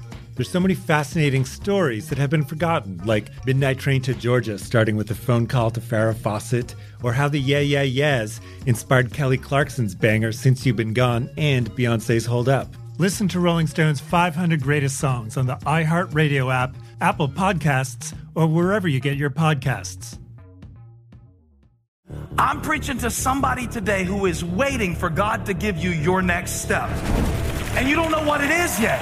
Speaker 14: There's so many fascinating stories that have been forgotten, like Midnight Train to Georgia starting with a phone call to Farrah Fawcett, or how the Yeah Yeah Yeahs inspired Kelly Clarkson's banger Since You've Been Gone and Beyonce's Hold Up. Listen to Rolling Stone's 500 Greatest Songs on the iHeartRadio app, Apple Podcasts, or wherever you get your podcasts.
Speaker 15: I'm preaching to somebody today who is waiting for God to give you your next step. And you don't know what it is yet.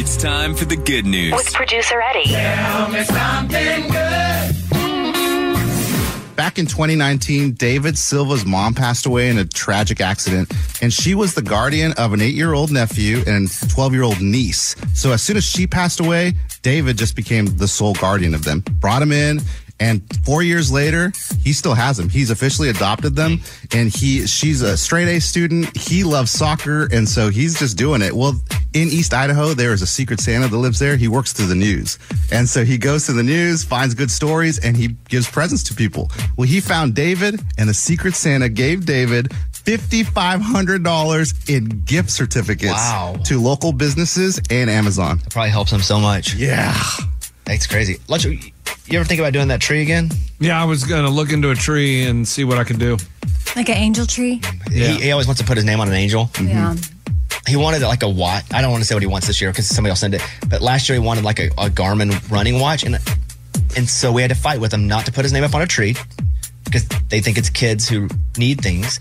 Speaker 8: It's time for the good news.
Speaker 1: With producer Eddie. Tell me something good.
Speaker 5: Back in 2019, David Silva's mom passed away in a tragic accident, and she was the guardian of an eight year old nephew and 12 year old niece. So as soon as she passed away, David just became the sole guardian of them, brought him in. And four years later, he still has them. He's officially adopted them, and he she's a straight A student. He loves soccer, and so he's just doing it. Well, in East Idaho, there is a secret Santa that lives there. He works through the news. And so he goes to the news, finds good stories, and he gives presents to people. Well, he found David, and the secret Santa gave David $5,500 in gift certificates
Speaker 3: Wow.
Speaker 5: to local businesses and Amazon. That
Speaker 3: probably helps him so much.
Speaker 5: Yeah.
Speaker 3: That's crazy. Lunch, you ever think about doing that tree again?
Speaker 7: Yeah, I was gonna look into a tree and see what I could do.
Speaker 6: Like an angel tree.
Speaker 3: He, he always wants to put his name on an angel. Mm-hmm.
Speaker 6: Yeah.
Speaker 3: He wanted like a watch. I don't want to say what he wants this year because somebody else sent it. But last year he wanted like a, a Garmin running watch, and and so we had to fight with him not to put his name up on a tree because they think it's kids who need things.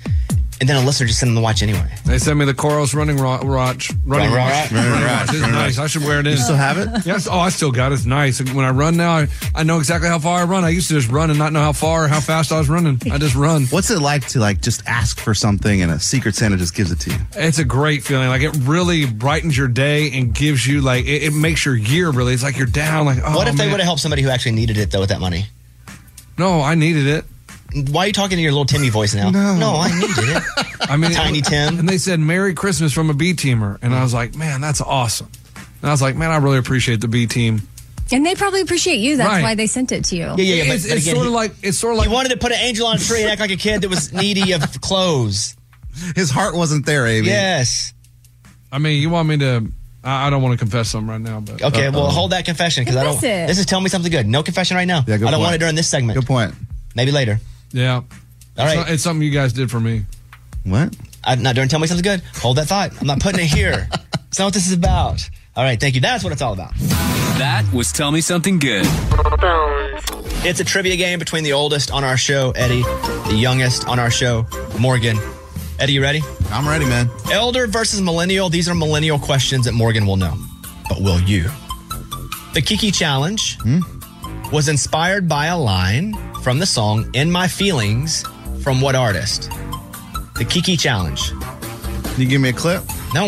Speaker 3: And then a listener just sent him the watch anyway.
Speaker 7: They sent me the Corals running ro- watch. Running
Speaker 3: Running
Speaker 7: watch.
Speaker 3: rock.
Speaker 7: Running
Speaker 3: Running rock.
Speaker 7: watch. It's
Speaker 3: Running
Speaker 7: nice.
Speaker 3: rock.
Speaker 7: I should wear it in.
Speaker 3: You still have it?
Speaker 7: Yes. Oh, I still got it. It's nice. When I run now, I, I know exactly how far I run. I used to just run and not know how far or how fast I was running. I just run.
Speaker 5: What's it like to like just ask for something and a secret Santa just gives it to you?
Speaker 7: It's a great feeling. Like it really brightens your day and gives you like it, it makes your year really. It's like you're down. Like oh,
Speaker 3: what if they
Speaker 7: man.
Speaker 3: would have helped somebody who actually needed it though with that money?
Speaker 7: No, I needed it.
Speaker 3: Why are you talking to your little Timmy voice now? No, I needed it.
Speaker 7: Oh. I mean,
Speaker 3: Tiny
Speaker 7: Tim. And they said "Merry Christmas" from a B teamer, and I was like, "Man, that's awesome." And I was like, "Man, I really appreciate the B team."
Speaker 6: And they probably appreciate you. That's
Speaker 7: Right.
Speaker 6: why they sent it to you.
Speaker 7: It's, it's sort of like it's sort of like
Speaker 3: he wanted to put an angel on a tree and act like a kid that was needy of clothes.
Speaker 5: His heart wasn't there, Amy.
Speaker 3: Yes.
Speaker 7: I mean, you want me to? I, I don't want to confess something right now, but
Speaker 3: Okay, well, hold that confession because I don't.
Speaker 7: Confess it.
Speaker 3: This is telling me something good. No confession right now. I don't
Speaker 7: point.
Speaker 3: want it during this segment. Good
Speaker 5: point.
Speaker 3: Maybe later.
Speaker 7: Yeah.
Speaker 3: All
Speaker 7: it's,
Speaker 3: right.
Speaker 7: not- it's something you guys did for me.
Speaker 5: What?
Speaker 3: I'm not during. Tell me something good. Hold that thought. I'm not putting it here. it's not what this is about. All right. Thank you. That's what it's all about.
Speaker 8: That was Tell Me Something Good.
Speaker 3: It's a trivia game between the oldest on our show, Eddie, the youngest on our show, Morgan. Eddie, you ready?
Speaker 5: I'm ready, man.
Speaker 3: Elder versus millennial. These are millennial questions that Morgan will know, but will you? The Kiki Challenge
Speaker 5: Hmm?
Speaker 3: was inspired by a line from the song In My Feelings from what artist? The Kiki Challenge.
Speaker 5: Can you give me a clip?
Speaker 3: No,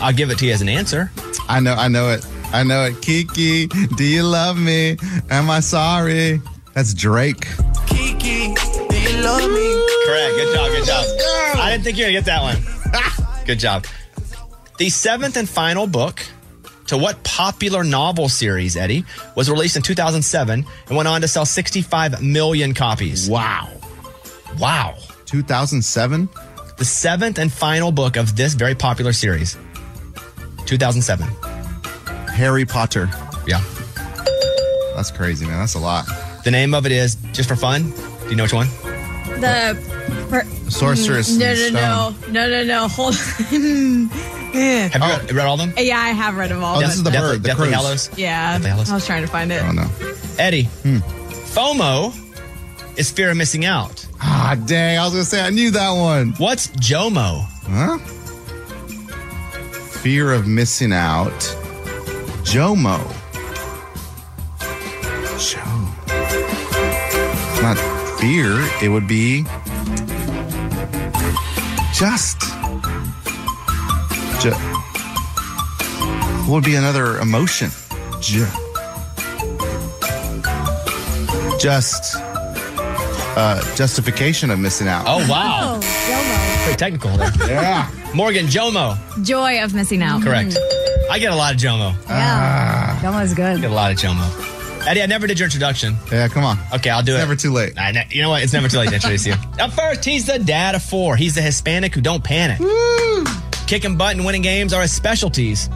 Speaker 3: I'll give it to you as an answer.
Speaker 5: I know, I know it. I know it. Kiki, do you love me? Am I sorry? That's Drake.
Speaker 1: Kiki, do you love me?
Speaker 3: Correct. Good job. Good job. I didn't think you were going to get that one. good job. The seventh and final book to what popular novel series, Eddie, was released in 2007 and went on to sell 65 million copies?
Speaker 5: Wow.
Speaker 3: Wow.
Speaker 5: 2007?
Speaker 3: The seventh and final book of this very popular series. 2007.
Speaker 5: Harry Potter.
Speaker 3: Yeah.
Speaker 5: That's crazy, man. That's a lot.
Speaker 3: The name of it is, just for fun, do you know which one?
Speaker 16: The per-
Speaker 3: Sorceress
Speaker 16: Mm, No,
Speaker 3: and
Speaker 16: no, no, no, no, no. Hold. yeah.
Speaker 3: Have you read, read all of them?
Speaker 16: Yeah, I have read them all.
Speaker 3: Oh,
Speaker 16: but-
Speaker 3: this is the Oh. Deathly- bird, the Deathly crows. Hallows?
Speaker 16: Yeah,
Speaker 3: Deathly Hallows.
Speaker 16: I was trying to find it. Oh
Speaker 5: no,
Speaker 3: Eddie,
Speaker 5: Hmm.
Speaker 3: FOMO is fear of missing out.
Speaker 5: Ah, dang. I was going to say, I knew that one.
Speaker 3: What's JOMO?
Speaker 5: Huh? Fear of missing out. Jomo. Joe. It's not fear. It would be just. Jo- what would be another emotion? Jo- just. Uh, justification of missing out.
Speaker 3: Oh, wow.
Speaker 16: Oh,
Speaker 3: Pretty technical there.
Speaker 5: yeah.
Speaker 3: Morgan, Jomo.
Speaker 17: Joy of missing out.
Speaker 3: Correct. I get a lot of Jomo.
Speaker 17: Mm.
Speaker 5: Ah.
Speaker 17: Yeah. Jomo's
Speaker 3: I
Speaker 17: good.
Speaker 3: get a lot of Jomo. Eddie, I never did your introduction.
Speaker 5: Yeah, come on.
Speaker 3: Okay, I'll do it.
Speaker 5: Never too late.
Speaker 3: I ne- you know what? It's never too late to introduce you. Up first, he's the dad of four. He's the Hispanic who don't panic. Kicking butt and winning games are his specialties.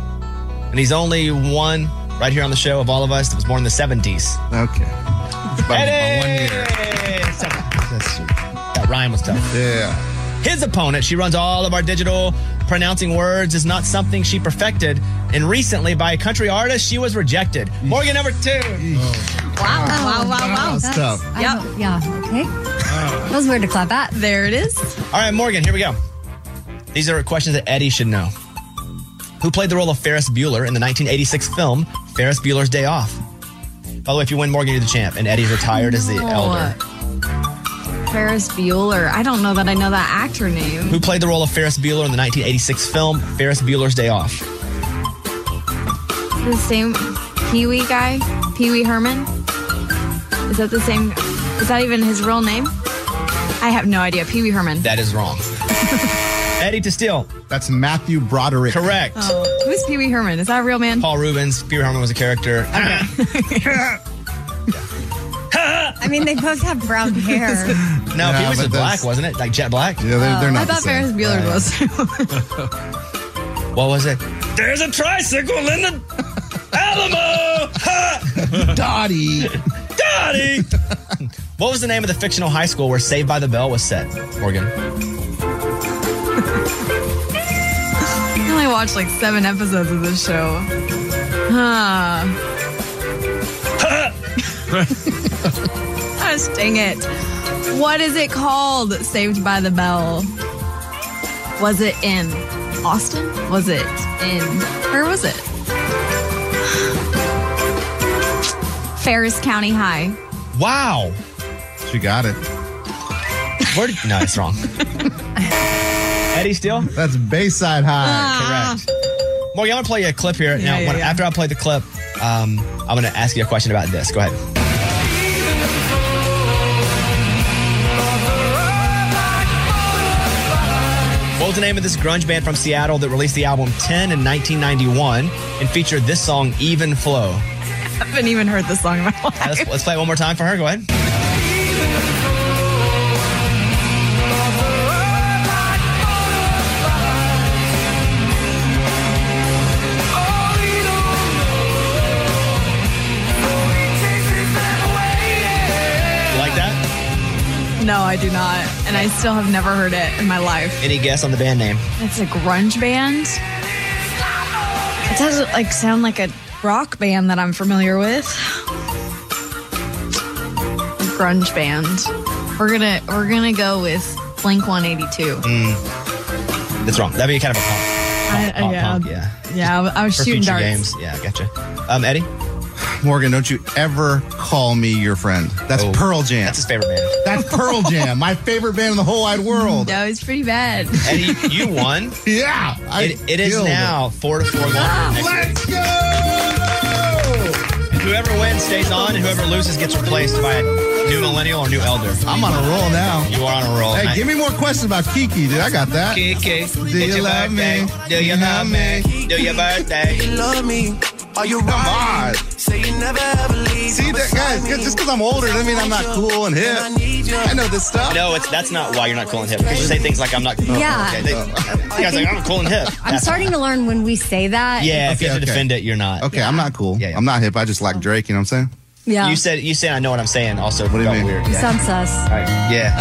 Speaker 3: And he's only one right here on the show of all of us that was born in the 70s.
Speaker 5: Okay.
Speaker 3: Eddie! That's- that rhyme was tough.
Speaker 5: Yeah.
Speaker 3: His opponent, she runs all of our digital pronouncing words, is not something she perfected. And recently, by a country artist, she was rejected. Morgan, number two.
Speaker 17: Wow, wow, wow, wow.
Speaker 3: That's tough.
Speaker 17: Yep. Yeah. Okay. That was weird to clap at. There it is.
Speaker 3: All right, Morgan, here we go. These are questions that Eddie should know. Who played the role of Ferris Bueller in the 1986 film Ferris Bueller's Day Off? By the way, if you win, Morgan, you're the champ, and Eddie's retired as the
Speaker 17: No.
Speaker 3: elder.
Speaker 17: Hmm. Ferris Bueller. I don't know that I know that actor name.
Speaker 3: Who played the role of Ferris Bueller in the 1986 film Ferris Bueller's Day Off?
Speaker 17: The same Pee Wee guy? Pee Wee Herman? Is that the same? Is that even his real name? I have no idea. Pee Wee Herman.
Speaker 3: That is wrong. Eddie to steal.
Speaker 5: That's Matthew Broderick.
Speaker 3: Correct.
Speaker 17: Oh, who's Pee Wee Herman? Is that a real man?
Speaker 3: Paul Rubens, Pee Wee Herman was a character.
Speaker 6: I mean, they both have brown hair.
Speaker 3: No,
Speaker 5: Yeah,
Speaker 3: Pee Wee's
Speaker 5: but
Speaker 3: was black,
Speaker 5: that's-
Speaker 3: wasn't it? Like jet black?
Speaker 5: Yeah, they're, they're
Speaker 17: I
Speaker 5: not. the
Speaker 17: thought
Speaker 5: same.
Speaker 17: Ferris Bueller was.
Speaker 3: What was it?
Speaker 1: There's a tricycle in the Alamo!
Speaker 5: Dottie.
Speaker 3: Daddy! what was the name of the fictional high school where Saved by the Bell was set? Morgan.
Speaker 17: I only watched like seven episodes of this show. Huh. Gosh, dang it. What is it called? Saved by the Bell. Was it in Austin? Was it in. Where was it? Ferris County High.
Speaker 3: Wow.
Speaker 5: She got it.
Speaker 3: Where did, no, it's wrong. Eddie Steele?
Speaker 5: That's Bayside High.
Speaker 3: Correct. Morgan, I'm going to play you a clip here.
Speaker 5: Yeah,
Speaker 3: now,
Speaker 5: yeah,
Speaker 3: when,
Speaker 5: yeah.
Speaker 3: after I play the clip, um, I'm going to ask you a question about this. Go ahead. What was the name of this grunge band from Seattle that released the album 10 in 1991 and featured this song, Even Flow?
Speaker 17: I haven't even heard this song in my life.
Speaker 3: Let's, let's play it one more time for her. Go ahead. You like that?
Speaker 17: No, I do not. And I still have never heard it in my life.
Speaker 3: Any guess on the band name?
Speaker 17: It's a grunge band. It doesn't like sound like a rock band that I'm familiar with. Grunge band. We're gonna we're gonna go with Blink 182.
Speaker 3: Mm. That's wrong. That'd be kind of a punk.
Speaker 17: I,
Speaker 3: pop,
Speaker 17: yeah,
Speaker 3: pop, yeah.
Speaker 17: yeah. I- I was
Speaker 3: for
Speaker 17: shooting
Speaker 3: future
Speaker 17: darts.
Speaker 3: games. Yeah, gotcha. Um, Eddie?
Speaker 5: Morgan, don't you ever call me your friend. That's
Speaker 3: Oh,
Speaker 5: Pearl Jam.
Speaker 3: That's his favorite band.
Speaker 5: That's Pearl Jam, my favorite band in the whole wide world.
Speaker 17: That was pretty bad.
Speaker 3: Eddie, you won.
Speaker 5: Yeah. I
Speaker 3: It, it is
Speaker 5: killed
Speaker 3: now four to four. going
Speaker 17: Ah,
Speaker 3: into next
Speaker 5: Let's go!
Speaker 3: week. Whoever wins stays on, and whoever loses gets replaced by a new millennial or new elder.
Speaker 5: I'm on a roll now.
Speaker 3: You are on a roll.
Speaker 5: Hey, give me more questions about Kiki, dude. I got that.
Speaker 3: Kiki,
Speaker 5: Do you love me?
Speaker 3: Do you love me? Do your birthday?
Speaker 1: Love me. Are you
Speaker 5: Come on.
Speaker 1: Say you never ever leave.
Speaker 5: See, that, guys, just because I'm older doesn't mean I'm not cool and hip. I know this stuff.
Speaker 3: No, it's that's not why you're not cool and hip. Because you say things like I'm not.
Speaker 6: Yeah.
Speaker 3: Okay, they,
Speaker 5: Oh.
Speaker 3: you guys are like I'm cool and hip.
Speaker 6: I'm
Speaker 3: That's-
Speaker 6: starting to learn when we say that.
Speaker 3: Yeah, if
Speaker 5: Okay,
Speaker 3: you have to
Speaker 5: okay.
Speaker 3: defend it, you're not.
Speaker 5: Okay, I'm not cool. I'm not hip. I just like Drake, you know what I'm saying?
Speaker 6: Yeah.
Speaker 3: You said you said I know what I'm saying. Also, what
Speaker 5: do you mean?
Speaker 3: Weird.
Speaker 6: You
Speaker 3: Yeah.
Speaker 6: sound sus.
Speaker 3: All right. Yeah.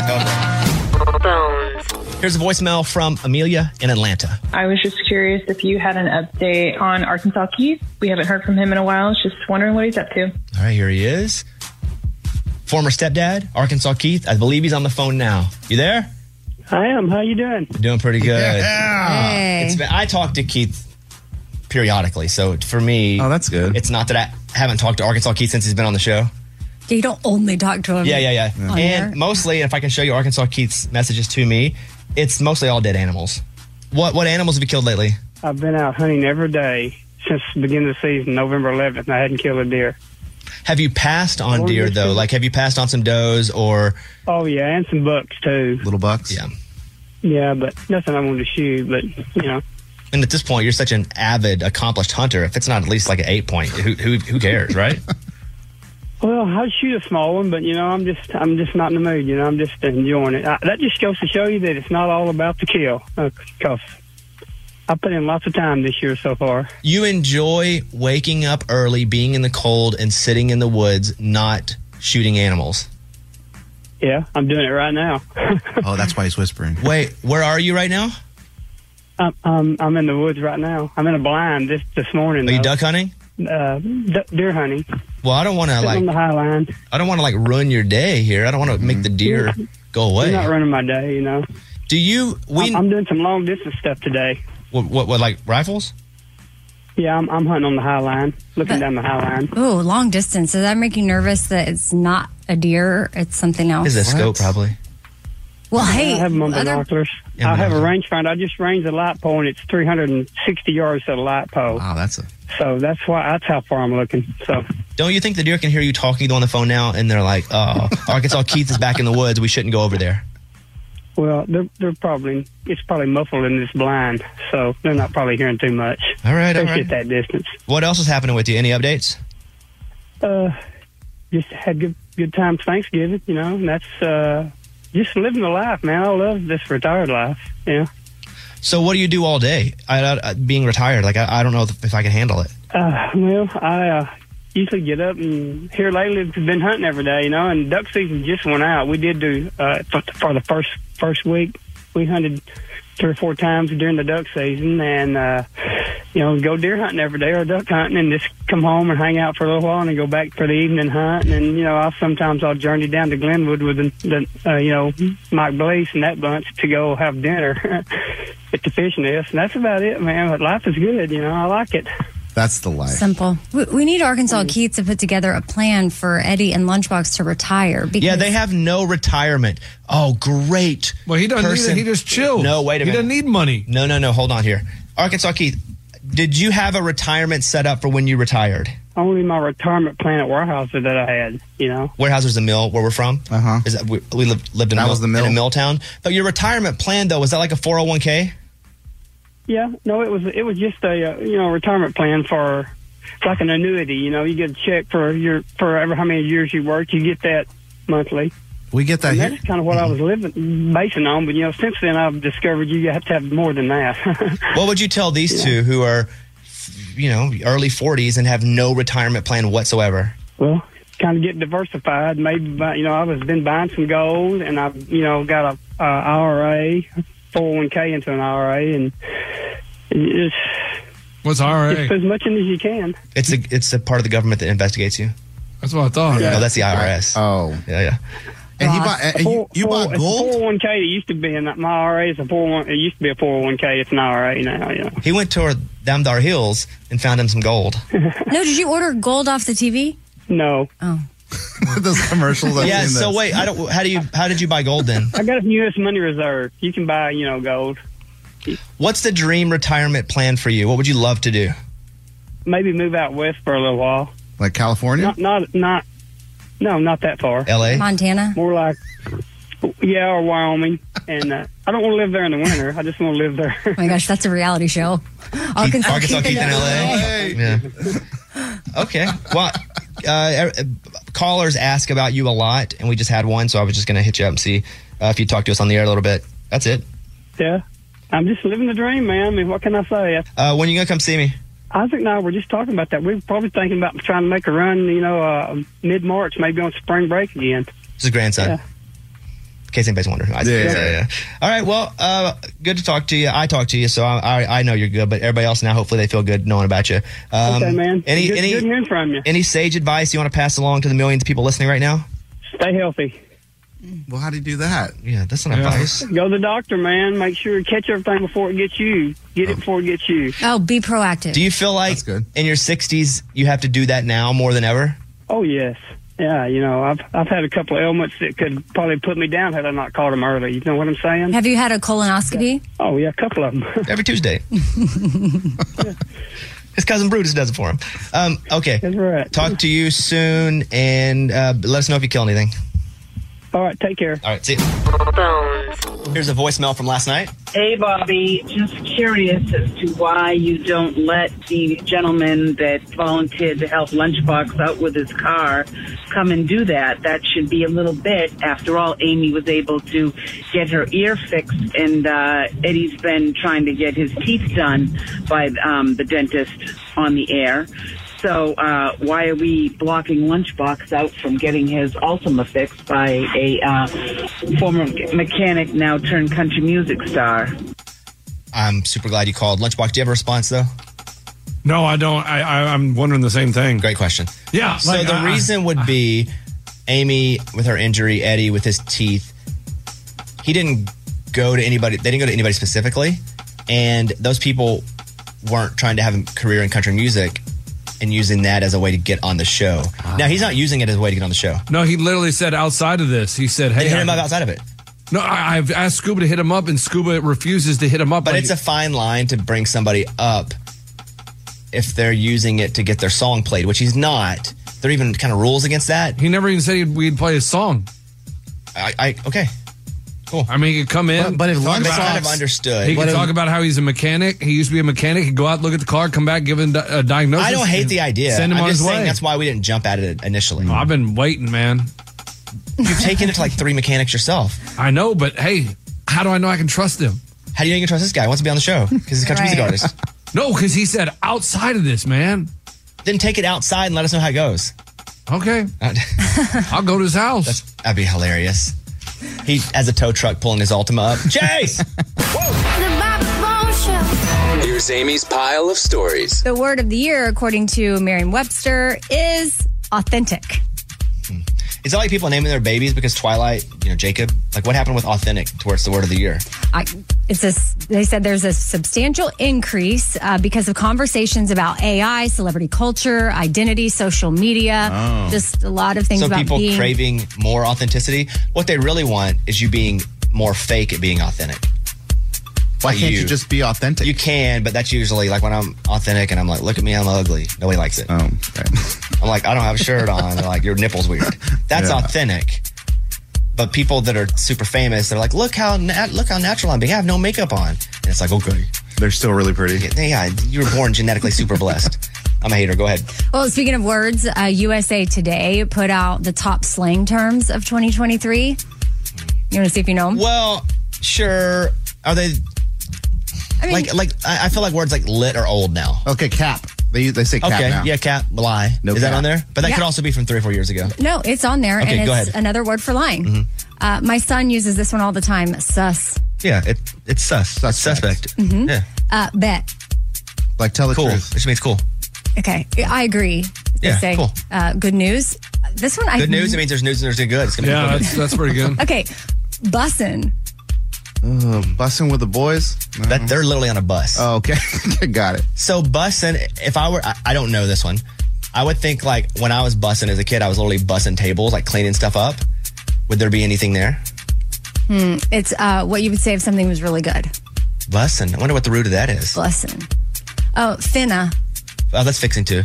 Speaker 3: Totally. Here's a voicemail from Amelia in Atlanta.
Speaker 18: I was just curious if you had an update on Arkansas Keith. We haven't heard from him in a while. Just wondering what he's up to.
Speaker 3: All right, here he is. Former stepdad, Arkansas Keith. I believe he's on the phone now. You there?
Speaker 19: I am. How you doing?
Speaker 3: Doing pretty good.
Speaker 5: Yeah.
Speaker 6: Hey.
Speaker 3: It's been, I talk to Keith periodically, so for me, oh,
Speaker 5: that's good.
Speaker 3: It's not that I haven't talked to Arkansas Keith since he's been on the show.
Speaker 6: Yeah, you don't only talk to him.
Speaker 3: Yeah, yeah, yeah. And
Speaker 6: On air.
Speaker 3: mostly, if I can show you Arkansas Keith's messages to me, it's mostly all dead animals. What what animals have you killed lately?
Speaker 19: I've been out hunting every day since the beginning of the season, November 11th, and I hadn't killed a deer.
Speaker 3: Have you passed on
Speaker 19: Only
Speaker 3: deer
Speaker 19: this
Speaker 3: though?
Speaker 19: year.
Speaker 3: Like, have you passed on some does or
Speaker 19: Oh yeah, and some bucks too.
Speaker 5: Little bucks.
Speaker 3: Yeah.
Speaker 19: Yeah, but nothing I wanted to shoot, but, you know.
Speaker 3: And at this point, you're such an avid, accomplished hunter. If it's not at least like an eight point, who who, who cares, right?
Speaker 19: Well, I'd shoot a small one, but you know, I'm just, I'm just not in the mood. You know, I'm just enjoying it. I, that just goes to show you that it's not all about the kill. Because I put in lots of time this year so far.
Speaker 3: you enjoy waking up early, being in the cold, and sitting in the woods, not shooting animals.
Speaker 19: Yeah, I'm doing it right now.
Speaker 3: Oh, that's why he's whispering. Wait, where are you right now?
Speaker 19: I'm, I'm, I'm in the woods right now. I'm in a blind this this morning.
Speaker 3: Are you
Speaker 19: though.
Speaker 3: duck hunting?
Speaker 19: Uh, d- deer hunting.
Speaker 3: Well, I don't want to
Speaker 19: Sitting on
Speaker 3: like,
Speaker 19: the high line.
Speaker 3: I don't want to like ruin your day here. I don't want to make the deer go
Speaker 19: I'm
Speaker 3: away.
Speaker 19: not running my day, you know.
Speaker 3: Do you? We,
Speaker 19: I'm, I'm doing some long distance stuff today.
Speaker 3: What, what, what, like rifles?
Speaker 19: Yeah, I'm, I'm hunting on the high line, looking down the high line.
Speaker 6: Ooh, long distance. Does that make you nervous that it's not a deer? It's something else.
Speaker 3: Is a scope probably?
Speaker 6: Well, hey,
Speaker 19: I have them on
Speaker 6: other-
Speaker 19: binoculars. I have a rangefinder. I just range the light pole, and it's 360 yards to the light pole.
Speaker 3: Wow, that's a.
Speaker 19: So that's why that's how far I'm looking. So
Speaker 3: Don't you think the deer can hear you talking on the phone now, and they're like, "Oh, Arkansas Keith is back in the woods. We shouldn't go over there."
Speaker 19: Well, they're they're probably it's probably muffled in this blind, so they're not probably hearing too much.
Speaker 3: All right, all
Speaker 19: especially
Speaker 3: right.
Speaker 19: at that distance.
Speaker 3: What else is happening with you? Any updates?
Speaker 19: Uh, just had good good times Thanksgiving, you know, and that's uh, just living the life, man. I love this retired life. Yeah.
Speaker 3: So, what do you do all day? I, I, I- being retired, like I, I don't know if, if I can handle it.
Speaker 19: Uh, well, I uh, usually get up and here lately we've been hunting every day, you know, and duck season just went out. We did do uh, for, for the first first week we hunted three or four times during the duck season, and uh, you know go deer hunting every day or duck hunting, and just come home and hang out for a little while, and then go back for the evening hunt. And then, you know I sometimes I'll journey down to Glenwood with the, the uh, you know Mike Blaze and that bunch to go have dinner. At the fish nest, and that's about it, man. But life is good, you know. I like it.
Speaker 5: That's the life.
Speaker 6: Simple. We, we need Arkansas Keith to put together a plan for Eddie and Lunchbox to retire. Because
Speaker 3: yeah, they have no retirement. Oh, great. Well, he
Speaker 6: doesn't need it. He
Speaker 3: just chills. No, wait a minute. He doesn't need money. No, no, no. Hold on here, Arkansas Keith. Did you have a retirement set up for when you retired?
Speaker 19: only my retirement plan at Weyerhaeuser that I had, you know.
Speaker 3: Warehouse is the mill where we're from. Uh huh. Is that we, we lived, lived in a
Speaker 19: That
Speaker 3: mill,
Speaker 19: was the mill.
Speaker 3: in a mill town? But your retirement plan though was that like a four hundred one k?
Speaker 19: Yeah, no, it was it was just a uh, you know retirement plan for it's like an annuity, you know. You get a check for your for ever how many years you work, you get that monthly.
Speaker 5: We get that
Speaker 19: And
Speaker 5: here.
Speaker 19: that's kind of what I was living basing on, but you know, since then I've discovered you have to have more than that.
Speaker 3: What would you tell these two who are, you know, early forties and have no retirement plan whatsoever?
Speaker 19: well, kind of get diversified. Maybe buy, you know I was been buying some gold, and I you know got a uh, IRA, four hundred one k into an IRA, and it's
Speaker 3: What's
Speaker 19: just put as much in as you can.
Speaker 3: It's a it's a part of the government that investigates you.
Speaker 7: That's what I
Speaker 19: Oh,
Speaker 7: thought.
Speaker 3: No, Oh, that's the IRS.
Speaker 5: Oh,
Speaker 3: yeah, yeah.
Speaker 5: And you
Speaker 19: Roth.
Speaker 5: bought- and you- you bought gold?
Speaker 19: Four oh one k. It used to be in my IRA is a four oh one. It used to be a four one k. It's an IRA now. You know.
Speaker 3: He went toward Damdar Hills and found him some gold.
Speaker 6: no, did you order gold off the TV?
Speaker 19: No.
Speaker 6: Oh.
Speaker 5: Those commercials.
Speaker 3: yeah. So wait, I don't. How do you? How did you buy gold then?
Speaker 19: I got a U.S. money reserve. You can buy you know gold.
Speaker 3: What's the dream retirement plan for you? What would you love to do?
Speaker 19: Maybe move out west for a little while.
Speaker 5: Like California?
Speaker 19: Not not not. No, not that far.
Speaker 3: L.A.
Speaker 6: Montana.
Speaker 19: More like. Yeah, or Wyoming, and uh, I don't want to live there in the winter. I just want to live there.
Speaker 6: Oh my gosh, that's a reality show. Arkansas,
Speaker 3: Arkansas Keith in
Speaker 19: Oh,
Speaker 3: L.A. Yeah. Okay. Well, uh, uh, callers ask about you a lot, and we just had one, so I was just going to hit you up and see uh, if you talk to us on the air a little bit. That's it.
Speaker 19: yeah, I'm just living the dream, man. I mean, what can I say?
Speaker 3: Uh, when you gonna come see me?
Speaker 19: Isaac and I were just talking about that. We were probably thinking about trying to make a run, you know, uh, mid March, maybe on spring break again.
Speaker 3: This is grandson.
Speaker 19: Yeah.
Speaker 3: In case anybody's wondering. I-
Speaker 19: Yeah.
Speaker 3: All right. Well, uh, good to talk to you. I talked to you, so I, I, I know you're good. But everybody else now, hopefully, they feel good knowing about you. Um,
Speaker 19: okay, man.
Speaker 3: Any
Speaker 19: good,
Speaker 3: any
Speaker 19: good hearing from you.
Speaker 3: any sage advice you want to pass along to the millions of people listening right now?
Speaker 19: Stay healthy.
Speaker 5: Well, how do you do that?
Speaker 3: Yeah, that's not advice.
Speaker 19: Go to the doctor, man. Make sure you catch everything before it gets you. Get it before it gets you.
Speaker 6: Oh, be proactive.
Speaker 3: Do you feel like in your 60s you have to do that now more than ever?
Speaker 19: Oh yes. Yeah, you know, I've I've had a couple of ailments that could probably put me down had I not caught them early. You know what I'm saying?
Speaker 6: Have you had a colonoscopy?
Speaker 19: Oh yeah, a couple of them.
Speaker 3: Every Tuesday. His cousin Brutus does it for him. Um, okay.
Speaker 19: That's right.
Speaker 3: Talk to you soon and uh, let us know if you kill anything.
Speaker 19: All right, take care.
Speaker 3: All right, see. ya. Here's a voicemail from last night.
Speaker 20: Hey, Bobby. Just curious as to why you don't let the gentleman that volunteered to help Lunchbox out with his car come and do that. That should be a little bit. After all, Amy was able to get her ear fixed, and uh, Eddie's been trying to get his teeth done by um, the dentist on the air. So uh, why are we blocking Lunchbox out from getting his Ultima fixed by a uh, former mechanic now turned country music star?
Speaker 3: I'm super glad you called. Lunchbox, do you have a response though?
Speaker 7: No, I don't. I, I I'm wondering the same thing.
Speaker 3: Great question.
Speaker 7: Yeah.
Speaker 3: So
Speaker 7: like,
Speaker 3: the
Speaker 7: I-
Speaker 3: reason would be Amy with her injury, Eddie with his teeth. He didn't go to anybody. They didn't go to anybody specifically, and those people weren't trying to have a career in country music and using that as a way to get on the show.
Speaker 7: Ah.
Speaker 3: Now he's not using it as a way to get on the show.
Speaker 7: No, he literally said outside of this. He said, "Hey,
Speaker 3: hit him
Speaker 7: I-
Speaker 3: up outside of it."
Speaker 7: No, I, I've asked Scuba to hit him up, and Scuba refuses to hit him up.
Speaker 3: But
Speaker 7: Like-
Speaker 3: it's a fine line to bring somebody up if they're using it to get their song played, which he's not. There are even kind of rules against that.
Speaker 7: He never even said he'd, we'd play his song.
Speaker 3: I, I okay, cool.
Speaker 7: I mean, he could come in,
Speaker 3: But- but if
Speaker 7: talk
Speaker 3: Lunchbox-
Speaker 7: about-
Speaker 3: It's kind of understood.
Speaker 7: He
Speaker 3: But
Speaker 7: could
Speaker 3: if-
Speaker 7: talk about how he's a mechanic. He used to be a mechanic. He'd go out, look at the car, come back, give him di- a diagnosis.
Speaker 3: I don't hate
Speaker 7: and
Speaker 3: the idea.
Speaker 7: Send him
Speaker 3: I'm
Speaker 7: on
Speaker 3: just
Speaker 7: his
Speaker 3: saying
Speaker 7: way.
Speaker 3: that's why we didn't jump at it initially.
Speaker 7: I've been waiting, man.
Speaker 3: You've taken it to like three mechanics yourself.
Speaker 7: I know, but hey, how do I know I can trust him?
Speaker 3: How do you know you can trust this guy? He wants to be on the show because he's a country music
Speaker 7: Right.
Speaker 3: artist.
Speaker 7: No, because he said outside of this, man.
Speaker 3: Then take it outside and let us know how it goes.
Speaker 7: Okay. I'll go to his house.
Speaker 3: that'd be hilarious. He has a tow truck pulling his Ultima up. Chase!
Speaker 8: Here's Amy's pile of stories.
Speaker 6: The word of the year, according to Merriam Webster, is authentic.
Speaker 3: Is that like people naming their babies because Twilight, you know, Jacob? Like what happened with authentic towards the word of the year?
Speaker 6: I, it's a, they said there's a substantial increase uh, because of conversations about AI, celebrity culture, identity, social media,
Speaker 3: Oh.
Speaker 6: just a lot of things
Speaker 3: so
Speaker 6: about
Speaker 3: people
Speaker 6: being.
Speaker 3: craving more authenticity. What they really want is you being more fake at being authentic. Why
Speaker 5: can't you just
Speaker 3: be authentic? You can, but that's usually like when I'm authentic and I'm like, look at me, I'm ugly. Nobody likes it. Oh, I'm like, I don't have a shirt on. They're like, your nipple's weird. That's
Speaker 5: Yeah.
Speaker 3: authentic. But people that are super famous, they're like, look how nat- look how natural I'm being. I have no makeup on. And it's like, okay. They're still really pretty. Yeah, yeah, you were born genetically super blessed. I'm a hater. Go ahead.
Speaker 6: Well, speaking of words, uh, USA Today put out the top slang terms of 2023. You want to see if you know them?
Speaker 3: Well, sure. Are they
Speaker 6: I mean,
Speaker 3: like like I, I feel like words like lit are old now. Okay, cap. They they say
Speaker 5: cap
Speaker 3: okay,
Speaker 5: now.
Speaker 3: Yeah, cap lie.
Speaker 5: No
Speaker 3: Is that
Speaker 5: cap.
Speaker 3: on there? But that
Speaker 6: Yeah.
Speaker 3: could also be from three or four years ago.
Speaker 6: no, it's on there,
Speaker 3: Okay,
Speaker 6: and it's
Speaker 3: go ahead. Mm-hmm.
Speaker 6: another word for lying.
Speaker 5: Mm-hmm.
Speaker 6: Uh, my son uses this one all the time. Sus.
Speaker 3: Yeah, it it's sus. It's suspect.
Speaker 6: Mhm.
Speaker 3: Yeah,
Speaker 6: Uh, bet.
Speaker 3: like tell the truth, which means cool.
Speaker 6: Okay, I agree. They
Speaker 3: Yeah,
Speaker 6: say
Speaker 3: cool.
Speaker 6: uh, good news. This one, I
Speaker 3: good news. It means there's news and there's good. It's gonna
Speaker 7: Yeah,
Speaker 3: be
Speaker 7: that's, that's pretty good.
Speaker 6: Okay, bussin.
Speaker 5: Uh, bussing with the boys?
Speaker 3: That they're literally on a bus.
Speaker 5: Oh, okay. Got it.
Speaker 3: So bussing, if I were, I, I don't know this one. I would think like when I was bussing as a kid, I was literally bussing tables, like cleaning stuff up. Would there be anything there?
Speaker 6: Hmm, it's uh, what you would say if something was really good.
Speaker 3: Bussing. I wonder what the root of that is.
Speaker 6: Bussin. Oh, finna.
Speaker 3: Oh, that's fixing too.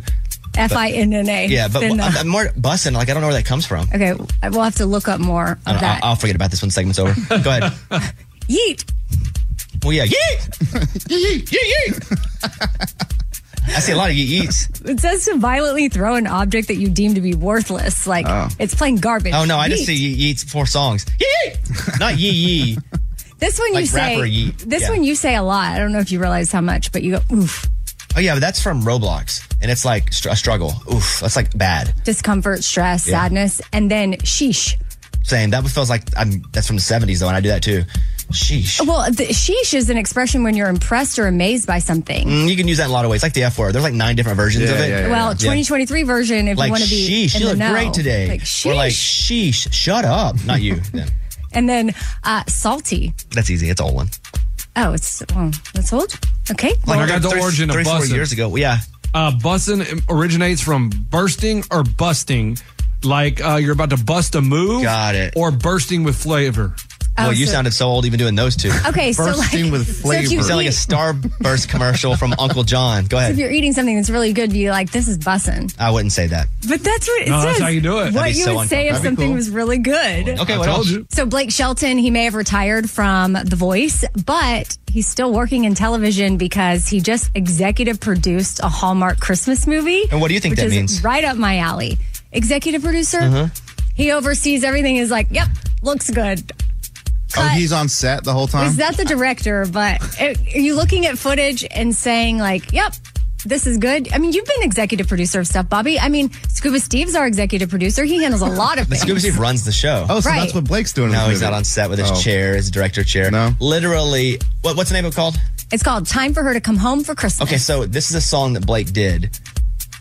Speaker 6: F I N N A.
Speaker 3: Yeah, but
Speaker 6: finna.
Speaker 3: I'm, I'm more bussing. Like I don't know where that comes from.
Speaker 6: Okay, we'll have to look up more
Speaker 3: I
Speaker 6: of
Speaker 3: don't, I'll,
Speaker 6: that.
Speaker 3: I'll forget about this when the segment's over. Go ahead. uh,
Speaker 6: Yeet.
Speaker 3: Well, yeah, yeet.
Speaker 6: Yeet, yeet.
Speaker 3: I see a lot of yeet yeets.
Speaker 6: It says to violently throw an object that you deem to be worthless, like
Speaker 3: Oh.
Speaker 6: it's plain garbage.
Speaker 3: Oh no, I just
Speaker 6: Yeet.
Speaker 3: see yeet yeets four songs. Yeet, yeet. not yee yee.
Speaker 6: This one you
Speaker 3: like
Speaker 6: say.
Speaker 3: rapper yeet.
Speaker 6: This
Speaker 3: Yeah.
Speaker 6: one you say a lot. I don't know if you realize how much, but you go oof.
Speaker 3: Oh yeah, but that's from Roblox, and it's like str- a struggle. Oof, that's like bad.
Speaker 6: discomfort, stress,
Speaker 3: Yeah.
Speaker 6: sadness, and then sheesh.
Speaker 3: Same. That feels like I'm. That's from the '70s though, and I do that too. Sheesh.
Speaker 6: Well, the, sheesh is an expression when you're impressed or amazed by something.
Speaker 3: Mm, you can use that in a lot of ways, like the F word. There's like nine different versions of it.
Speaker 6: well,
Speaker 3: Yeah.
Speaker 6: 2023 version, if
Speaker 3: Like
Speaker 6: you want to be
Speaker 3: sheesh,
Speaker 6: in
Speaker 3: you
Speaker 6: the
Speaker 3: look
Speaker 6: know.
Speaker 3: great today.
Speaker 6: Like,
Speaker 3: Or like
Speaker 6: sheesh.
Speaker 3: sheesh, shut up. Not you. then.
Speaker 6: and then uh, salty.
Speaker 3: That's easy. It's an old one.
Speaker 6: Oh, it's oh, that's old. Okay.
Speaker 7: Like I
Speaker 6: Well,
Speaker 7: got the origin of
Speaker 3: three, four
Speaker 7: bussin.
Speaker 3: years ago. Yeah.
Speaker 7: Uh, bussin originates from bursting or busting, like uh, you're about to bust a move. Got
Speaker 3: it.
Speaker 7: Or bursting with flavor.
Speaker 6: Oh,
Speaker 3: well, you
Speaker 6: so-
Speaker 3: sounded so old even doing those two.
Speaker 6: Okay, so, like- Bursting with so if flavor. you
Speaker 3: You sound like a
Speaker 6: eat-
Speaker 3: Starburst commercial from Uncle John. Go
Speaker 6: if
Speaker 3: ahead.
Speaker 6: you're eating something that's really good, you're like, this is bussin'.
Speaker 3: I wouldn't say that.
Speaker 6: But that's what it
Speaker 3: No,
Speaker 6: says.
Speaker 3: that's how you do it. That'd
Speaker 6: What
Speaker 3: be
Speaker 6: you
Speaker 3: so
Speaker 6: would say if
Speaker 3: uncomfortable. That'd be
Speaker 6: something
Speaker 3: cool.
Speaker 6: was really good.
Speaker 3: Okay, I what told else? you.
Speaker 6: So Blake Shelton, he may have retired from The Voice, but he's still working in television because he just executive produced a Hallmark Christmas movie.
Speaker 3: And what do you think
Speaker 6: which
Speaker 3: that
Speaker 6: is
Speaker 3: means?
Speaker 6: Right up my alley. Executive producer.
Speaker 5: Uh-huh.
Speaker 6: He oversees everything. Is like, yep, looks good.
Speaker 5: Oh, he's on set the whole time.
Speaker 6: Is that the director? But it, are you looking at footage and saying like, "Yep, this is good"? I mean, you've been executive producer of stuff, Bobby. I mean, Scuba Steve's our executive producer. He handles a lot of
Speaker 3: But
Speaker 6: things.
Speaker 3: Scuba Steve runs the show.
Speaker 6: Oh, so Right. that's what
Speaker 5: Blake's doing. in
Speaker 3: No,
Speaker 5: this
Speaker 3: he's
Speaker 5: movie.
Speaker 3: not on set with his
Speaker 5: Oh.
Speaker 3: chair, his director chair. No, literally. What, what's the name of it called?
Speaker 6: It's called "Time for Her to Come Home for Christmas."
Speaker 3: Okay, so this is a song that Blake did,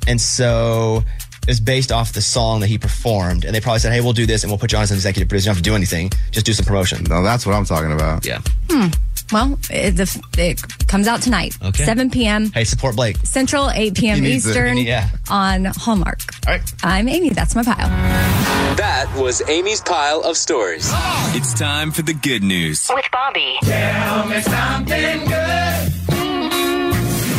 Speaker 3: and so it's based off the song that he performed. And they probably said, "Hey, we'll do this, and we'll put you on as an executive producer. You don't have to do anything; just do some promotion."
Speaker 5: No, that's what I'm talking about.
Speaker 3: Yeah.
Speaker 6: Hmm. Well, it, the, it comes out tonight,
Speaker 3: Okay.
Speaker 6: 7 p.m.
Speaker 3: Hey, support Blake.
Speaker 6: Central, 8 p.m.
Speaker 3: He needs it.
Speaker 6: Eastern
Speaker 3: Yeah.
Speaker 6: on Hallmark.
Speaker 3: All right.
Speaker 6: I'm Amy. That's my pile.
Speaker 8: That was Amy's pile of stories.
Speaker 2: It's time for the good news.
Speaker 1: With Bobby. Tell me something good.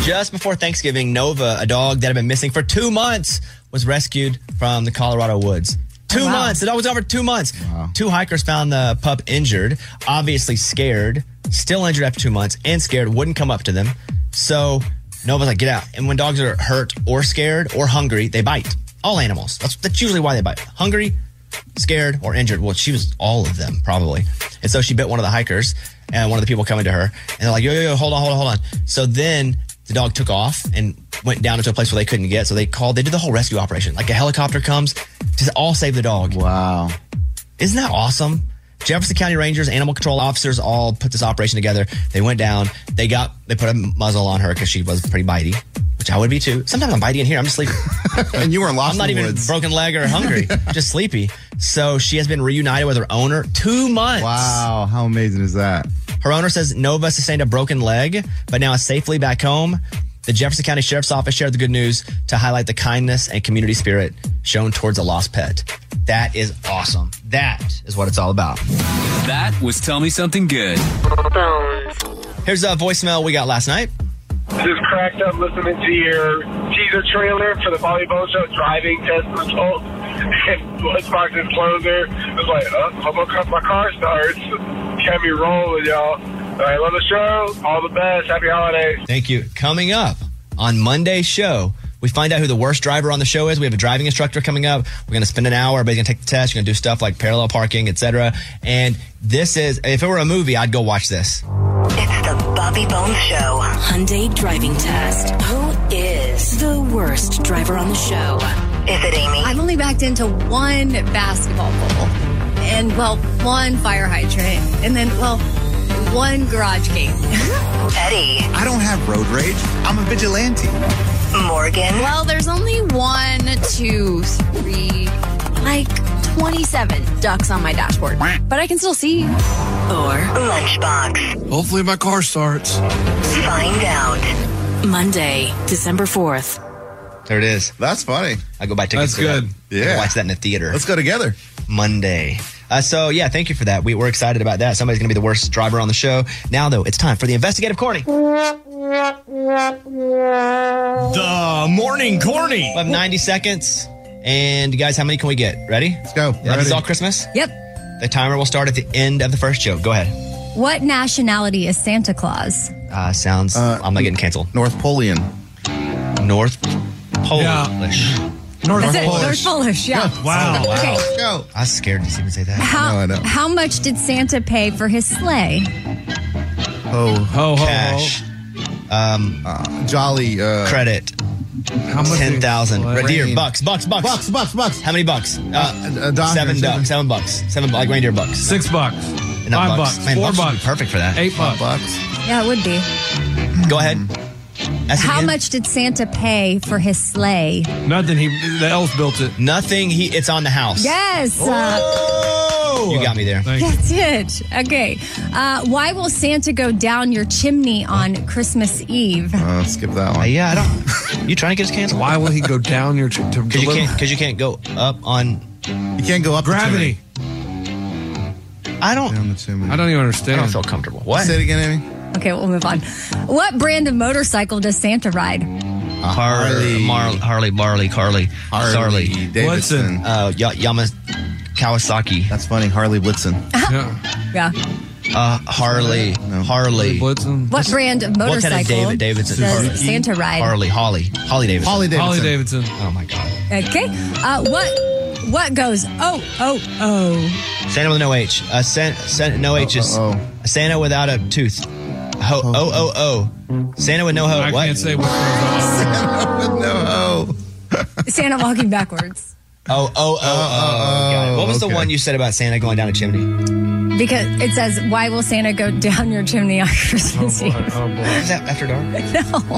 Speaker 3: Just before Thanksgiving, Nova, a dog that had been missing for two months, was rescued from the Colorado woods. Two
Speaker 1: Oh, wow.
Speaker 3: months. The dog was over two months. Two hikers found the pup injured, obviously scared, still injured after two months, and scared, wouldn't come up to them. So Nova's like, get out. And when dogs are hurt or scared or hungry, they bite. All animals. That's, that's usually why they bite. Hungry, scared, or injured. Well, she was all of them, probably. And so she bit one of the hikers and one of the people coming to her. And they're like, yo, yo, yo, hold on, hold on, hold on. So then the dog took off and went down into a place where they couldn't get. So they called, they did the whole rescue operation. Like a helicopter comes to all save the dog. Wow. Isn't that awesome? Jefferson County Rangers, animal control officers all put this operation together. They went down. They got, they put a muzzle on her because she was pretty bitey, which I would be too. Sometimes I'm bitey in here. I'm just sleeping. and you weren't lost I'm not
Speaker 5: in the
Speaker 3: even
Speaker 5: woods.
Speaker 3: broken leg or hungry, just sleepy. So she has been reunited with her owner two months.
Speaker 5: Wow, how amazing is that?
Speaker 3: Her owner says Nova sustained a broken leg, but now is safely back home. The Jefferson County Sheriff's Office shared the good news to highlight the kindness and community spirit shown towards a lost pet. That is awesome. That is what it's all about.
Speaker 2: That was Tell Me Something Good.
Speaker 3: Here's a voicemail we got last night.
Speaker 4: Just cracked up listening to your teaser trailer for the volleyball show, driving test results, and Lunchbox's closer. It was like, uh, I'm gonna cut my car starts. Can be rolling, y'all. All right, love the show. All the best. Happy holidays.
Speaker 3: Thank you. Coming up on Monday's show, we find out who the worst driver on the show is. We have a driving instructor coming up. We're going to spend an hour. Everybody's going to take the test. You're going to do stuff like parallel parking, etc. And this is, if it were a movie, I'd go watch this.
Speaker 11: It's the Bobby Bones Show. Hyundai driving test. Who is the worst driver on the show? Is it Amy?
Speaker 6: I've only backed into one basketball goal and, well, one fire hydrant and then, well, one garage gate.
Speaker 11: Eddie.
Speaker 5: I don't have road rage. I'm a vigilante.
Speaker 11: Morgan.
Speaker 17: Well, there's only one, two, three, like 27 ducks on my dashboard, but I can still see.
Speaker 11: Or Lunchbox.
Speaker 7: Hopefully, my car starts.
Speaker 11: Find out. Monday, December 4th.
Speaker 3: There it is.
Speaker 5: That's funny.
Speaker 3: I go buy tickets.
Speaker 7: That's
Speaker 3: for that.
Speaker 7: good.
Speaker 3: I can
Speaker 5: Yeah.
Speaker 3: watch that in the theater.
Speaker 5: Let's go together.
Speaker 3: Monday. Uh, so yeah, thank you for that. We, we're excited about that. Somebody's going to be the worst driver on the show. Now though, it's time for the investigative corny. The morning corny. We have 90 seconds. And guys, how many can we get? Ready? Let's
Speaker 5: go.
Speaker 3: This is all Christmas?
Speaker 6: Yep.
Speaker 3: The timer will start at the end of the first joke. Go ahead.
Speaker 6: What nationality is Santa Claus?
Speaker 3: Uh, sounds. I'm not getting canceled.
Speaker 5: North Polian.
Speaker 3: North Polish.
Speaker 6: North That's it. Polish. North Polish, yeah.
Speaker 3: Wow. wow.
Speaker 6: Okay.
Speaker 5: Go.
Speaker 3: I was scared to even say that.
Speaker 6: How,
Speaker 3: No, I know.
Speaker 6: how much did Santa pay for his sleigh?
Speaker 5: Ho, ho,
Speaker 3: ho. Cash. Um,
Speaker 5: jolly. Uh,
Speaker 3: credit. How much? Ten thousand. Reindeer. Bucks. Bucks. Bucks.
Speaker 5: Bucks. Bucks. Bucks.
Speaker 3: How many bucks? Uh,
Speaker 5: dollar,
Speaker 3: seven
Speaker 5: seven.
Speaker 3: bucks. Seven bucks. Seven bu- like reindeer bucks. Six bucks.
Speaker 7: Five bucks.
Speaker 3: Man,
Speaker 7: Four
Speaker 3: would be Perfect for that. Eight bucks.
Speaker 6: Yeah, it would be.
Speaker 3: Go ahead. That's
Speaker 6: How
Speaker 3: again.
Speaker 6: much did Santa pay for his sleigh?
Speaker 3: Nothing. He the elves built it. Nothing. He it's on the house. Oh!
Speaker 6: Yes. uh,
Speaker 3: You got me there.
Speaker 6: that's it. Okay. Uh, why will Santa go down your chimney on Christmas Eve?
Speaker 5: Uh, skip that one.
Speaker 3: yeah, I don't. You trying to get us canceled?
Speaker 7: Why will he go down your? Because
Speaker 3: you can't. Because you can't go up on.
Speaker 5: You can't go up.
Speaker 7: Gravity. I
Speaker 3: I don't.
Speaker 7: don't even understand. I don't
Speaker 3: feel comfortable. What?
Speaker 5: Say it again, Amy.
Speaker 6: Okay, we'll move on. What brand of motorcycle does Santa ride?
Speaker 3: Harley, Mar- Harley, Marley, Carly, Harley,
Speaker 5: Davidson.
Speaker 3: uh, y- Yama, Kawasaki.
Speaker 5: That's funny. Harley Blitzen.
Speaker 6: Uh-huh.
Speaker 7: yeah.
Speaker 6: Yeah.
Speaker 3: Uh, Harley, Harley.
Speaker 7: Blitzen.
Speaker 6: What brand of
Speaker 3: What kind
Speaker 6: motorcycle
Speaker 3: of David Davidson?
Speaker 6: does Santa ride?
Speaker 3: Harley, Holly, Holly Davidson.
Speaker 5: Holly Davidson. Holly
Speaker 7: Davidson.
Speaker 3: Oh my God.
Speaker 6: Okay. Uh, what what goes? Oh oh oh.
Speaker 3: Santa with no H. Uh, San, San, no H is Santa without a tooth. Ho, oh. oh oh Santa with no ho.
Speaker 7: I
Speaker 3: what?
Speaker 7: can't say what goes on.
Speaker 5: Santa with no ho.
Speaker 6: Santa walking backwards
Speaker 3: Oh oh oh oh. Got it. What was
Speaker 5: Uh-uh. okay.
Speaker 3: the one you said about Santa going down a chimney?
Speaker 6: because it says, "Why will Santa go down your chimney on
Speaker 3: Oh,
Speaker 6: Christmas Eve?"
Speaker 3: Is that after dark?
Speaker 6: No.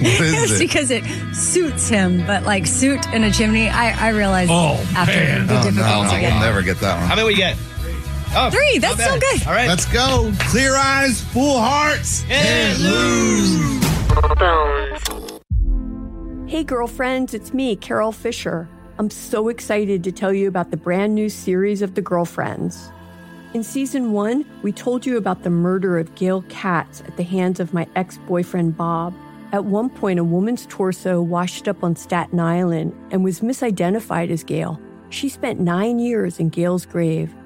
Speaker 3: is
Speaker 6: It's
Speaker 3: it?
Speaker 6: because it suits him, but like suit in a chimney, I, I realized after it'd be
Speaker 5: Oh,
Speaker 6: difficult
Speaker 5: no,
Speaker 6: to
Speaker 5: we'll
Speaker 6: get.
Speaker 5: never get that one.
Speaker 3: How many we get? Oh,
Speaker 6: Three, that's
Speaker 3: not bad.
Speaker 6: so good.
Speaker 3: All right.
Speaker 5: Let's go. Clear eyes, full hearts, and lose.
Speaker 12: Hey, girlfriends, it's me, Carol Fisher. I'm so excited to tell you about the brand new series of The Girlfriends. In season one, we told you about the murder of Gail Katz at the hands of my ex boyfriend, Bob. At one point, a woman's torso washed up on Staten Island and was misidentified as Gail. She spent nine years in Gail's grave,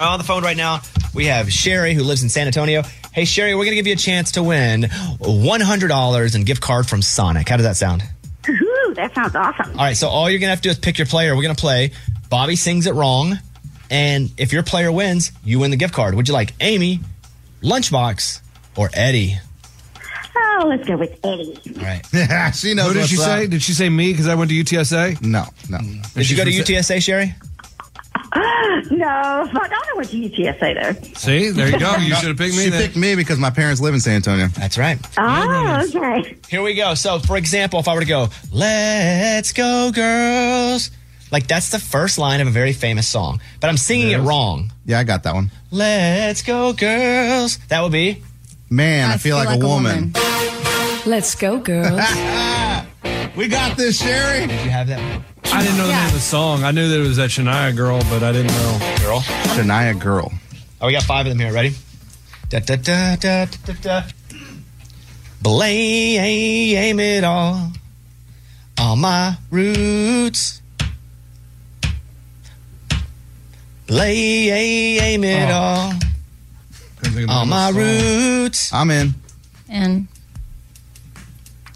Speaker 3: On the phone right now, we have Sherry who lives in San Antonio. Hey Sherry, we're gonna give you a chance to win one hundred dollars and gift card from Sonic. How does that sound?
Speaker 21: Ooh, that sounds awesome.
Speaker 3: All right, so all you're gonna have to do is pick your player. We're gonna play. Bobby sings it wrong, and if your player wins, you win the gift card. Would you like Amy, Lunchbox, or Eddie?
Speaker 21: Oh, let's go with Eddie.
Speaker 3: All right.
Speaker 7: she knows. What did she
Speaker 3: what's
Speaker 7: say? Did she say me because I went to UTSA?
Speaker 5: No, no.
Speaker 3: Did you go to UTSA, Sherry?
Speaker 21: no, I don't know what UTSA there.
Speaker 7: See, there you go. You should have picked me.
Speaker 5: She picked me because my parents live in San Antonio.
Speaker 3: That's right.
Speaker 21: Oh, okay.
Speaker 3: Here we go. So, for example, if I were to go, let's go, girls, like that's the first line of a very famous song, but I'm singing it wrong.
Speaker 5: Yeah, I got that one.
Speaker 3: Let's go, girls. That would be,
Speaker 5: man, I, feel, like, a woman.
Speaker 3: Let's go, girls.
Speaker 5: we got this, Sherry.
Speaker 3: Did you have that one?
Speaker 7: I didn't know the name of the song. I knew that it was that Shania girl, but I didn't know.
Speaker 3: Girl.
Speaker 5: Shania girl.
Speaker 3: Oh, we got five of them here. Ready? Da da da da da da. da. Blame it all on my roots. Blame it all on my roots.
Speaker 5: I'm in.
Speaker 6: And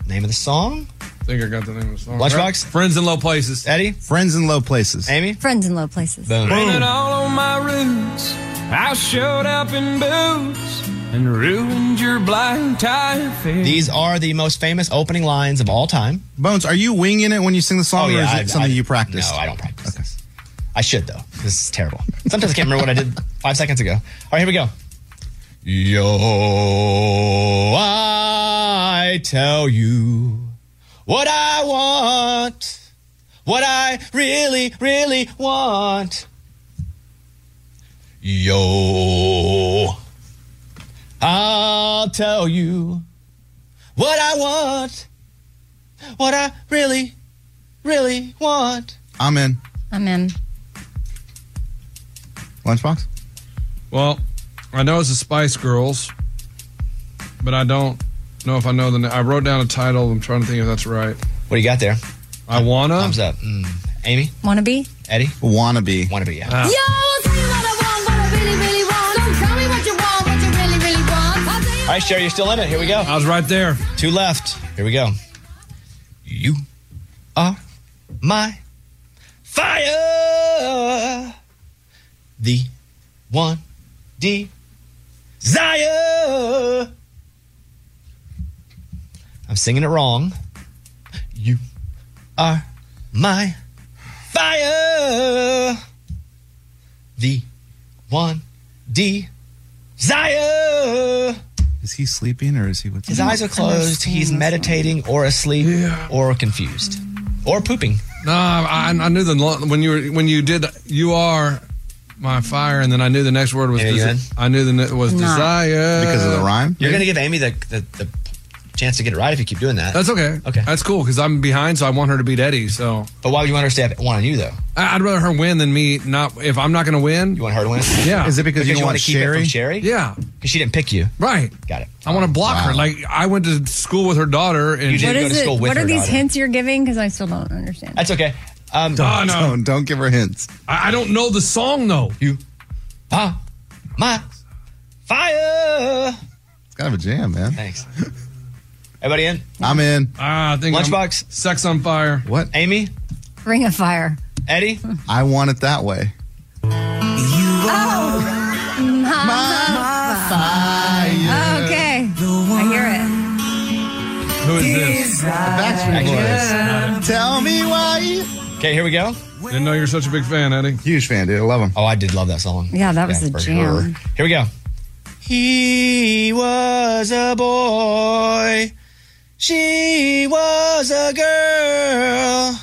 Speaker 3: Name of the song?
Speaker 7: I think I got the name of the song.
Speaker 3: Lunchbox?
Speaker 7: Friends in Low Places.
Speaker 3: Eddie?
Speaker 5: Friends in low places.
Speaker 3: Amy?
Speaker 6: friends in low places.
Speaker 3: Boom.
Speaker 20: Blame it all on my roots. I showed up in boots and ruined your blind tie affair.
Speaker 3: These are the most famous opening lines of all time.
Speaker 5: Bones, are you winging it when you sing the song,
Speaker 3: Oh, yeah,
Speaker 5: or is
Speaker 3: I-
Speaker 5: it something
Speaker 3: I-
Speaker 5: you practice?
Speaker 3: No, I don't practice. This. I should though. This is terrible. Sometimes I can't remember what I did five seconds ago. All right, here we go. Yo, Oh, I tell you what I want, what I really, really want. Yo, I'll tell you what I want, what I really, really want.
Speaker 5: I'm in.
Speaker 6: I'm in.
Speaker 5: Lunchbox?
Speaker 7: Well, I know it's the Spice Girls, but I don't know if I know the. na- I wrote down a title. I'm trying to think if that's right.
Speaker 3: What do you got there?
Speaker 7: I wanna.
Speaker 3: Thumbs up. Mm. Amy,
Speaker 6: Wanna be?
Speaker 3: Eddie,
Speaker 5: Wannabe.
Speaker 3: wanna be yeah.
Speaker 7: Ah.
Speaker 3: All right, Sherry, you're still in it. Here we go.
Speaker 7: I was right there.
Speaker 3: Two left. Here we go. You are my fire. The one desire. I'm singing it wrong. You are my fire. The one desire.
Speaker 5: Is he sleeping or is he with
Speaker 3: His eyes are closed. He's meditating or asleep or confused or pooping.
Speaker 7: No, I, I knew the lo- when you were when you did you are my fire, and then I knew the next word was
Speaker 3: Yeah, you
Speaker 7: desi-
Speaker 3: had-
Speaker 7: I knew the ne- was
Speaker 6: Nah.
Speaker 7: desire
Speaker 5: Because of the rhyme?
Speaker 3: You're going to give Amy the, the, the chance to get it right if you keep doing that.
Speaker 7: That's okay.
Speaker 3: Okay.
Speaker 7: that's cool because I'm behind, so I want her to beat Eddie. So
Speaker 3: but why would you want her to have one on you, though?
Speaker 7: I- I'd rather her win than me. Not if I'm not going to win.
Speaker 3: You want her to win?
Speaker 7: Yeah,
Speaker 5: Is it because, you,
Speaker 3: you
Speaker 5: don't
Speaker 3: want
Speaker 5: want
Speaker 3: to keep it
Speaker 5: Sherry?
Speaker 3: from Sherry?
Speaker 7: yeah,
Speaker 3: Because she didn't pick you.
Speaker 7: right.
Speaker 3: Got it.
Speaker 7: I want to block her. Like I went to school with her daughter, and
Speaker 3: You
Speaker 7: she,
Speaker 3: did. go
Speaker 6: What
Speaker 3: to
Speaker 6: is it?
Speaker 3: school with
Speaker 6: What are
Speaker 3: her
Speaker 6: these
Speaker 3: daughter.
Speaker 6: hints you're giving? Because I still don't understand.
Speaker 3: That's okay. Um,
Speaker 7: oh no,
Speaker 5: Don't, don't give her hints.
Speaker 7: I, I don't know the song though.
Speaker 3: you are my fire.
Speaker 5: It's kind of a jam, man.
Speaker 3: Thanks. Everybody in?
Speaker 5: I'm in.
Speaker 7: Ah, I think I'm-
Speaker 3: Lunchbox?
Speaker 7: Sex on Fire.
Speaker 5: What?
Speaker 3: Amy?
Speaker 6: Ring of Fire.
Speaker 3: Eddie?
Speaker 5: I want it that way.
Speaker 6: Oh, okay. I hear it.
Speaker 7: Who is this?
Speaker 5: Backstreet Boys. Tell me why. you-
Speaker 3: Okay, here we go.
Speaker 7: Didn't know you're such a big fan, Eddie.
Speaker 5: Huge fan, dude. I love him.
Speaker 3: Oh, I did love that song.
Speaker 6: Yeah, that was
Speaker 3: Yeah,
Speaker 6: a
Speaker 3: for
Speaker 6: jam.
Speaker 3: sure. Here we go. He was a boy. She was a girl.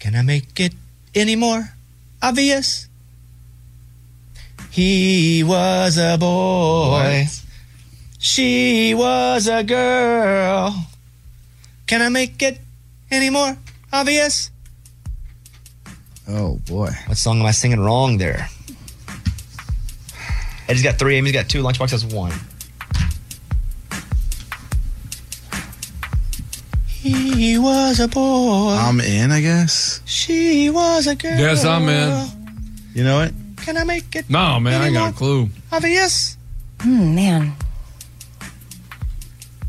Speaker 3: Can I make it any more obvious? He was a boy. She was a girl. Can I make it any more obvious?
Speaker 5: Oh, boy.
Speaker 3: What song am I singing wrong there? Eddie's got three, Amy's got two, Lunchbox has one. He was a boy.
Speaker 5: I'm in, I guess.
Speaker 3: she was a girl.
Speaker 7: Yes, I'm in.
Speaker 5: You know it?
Speaker 3: Can I make it
Speaker 7: No, man, I ain't got a clue.
Speaker 3: obvious?
Speaker 6: Hmm, man.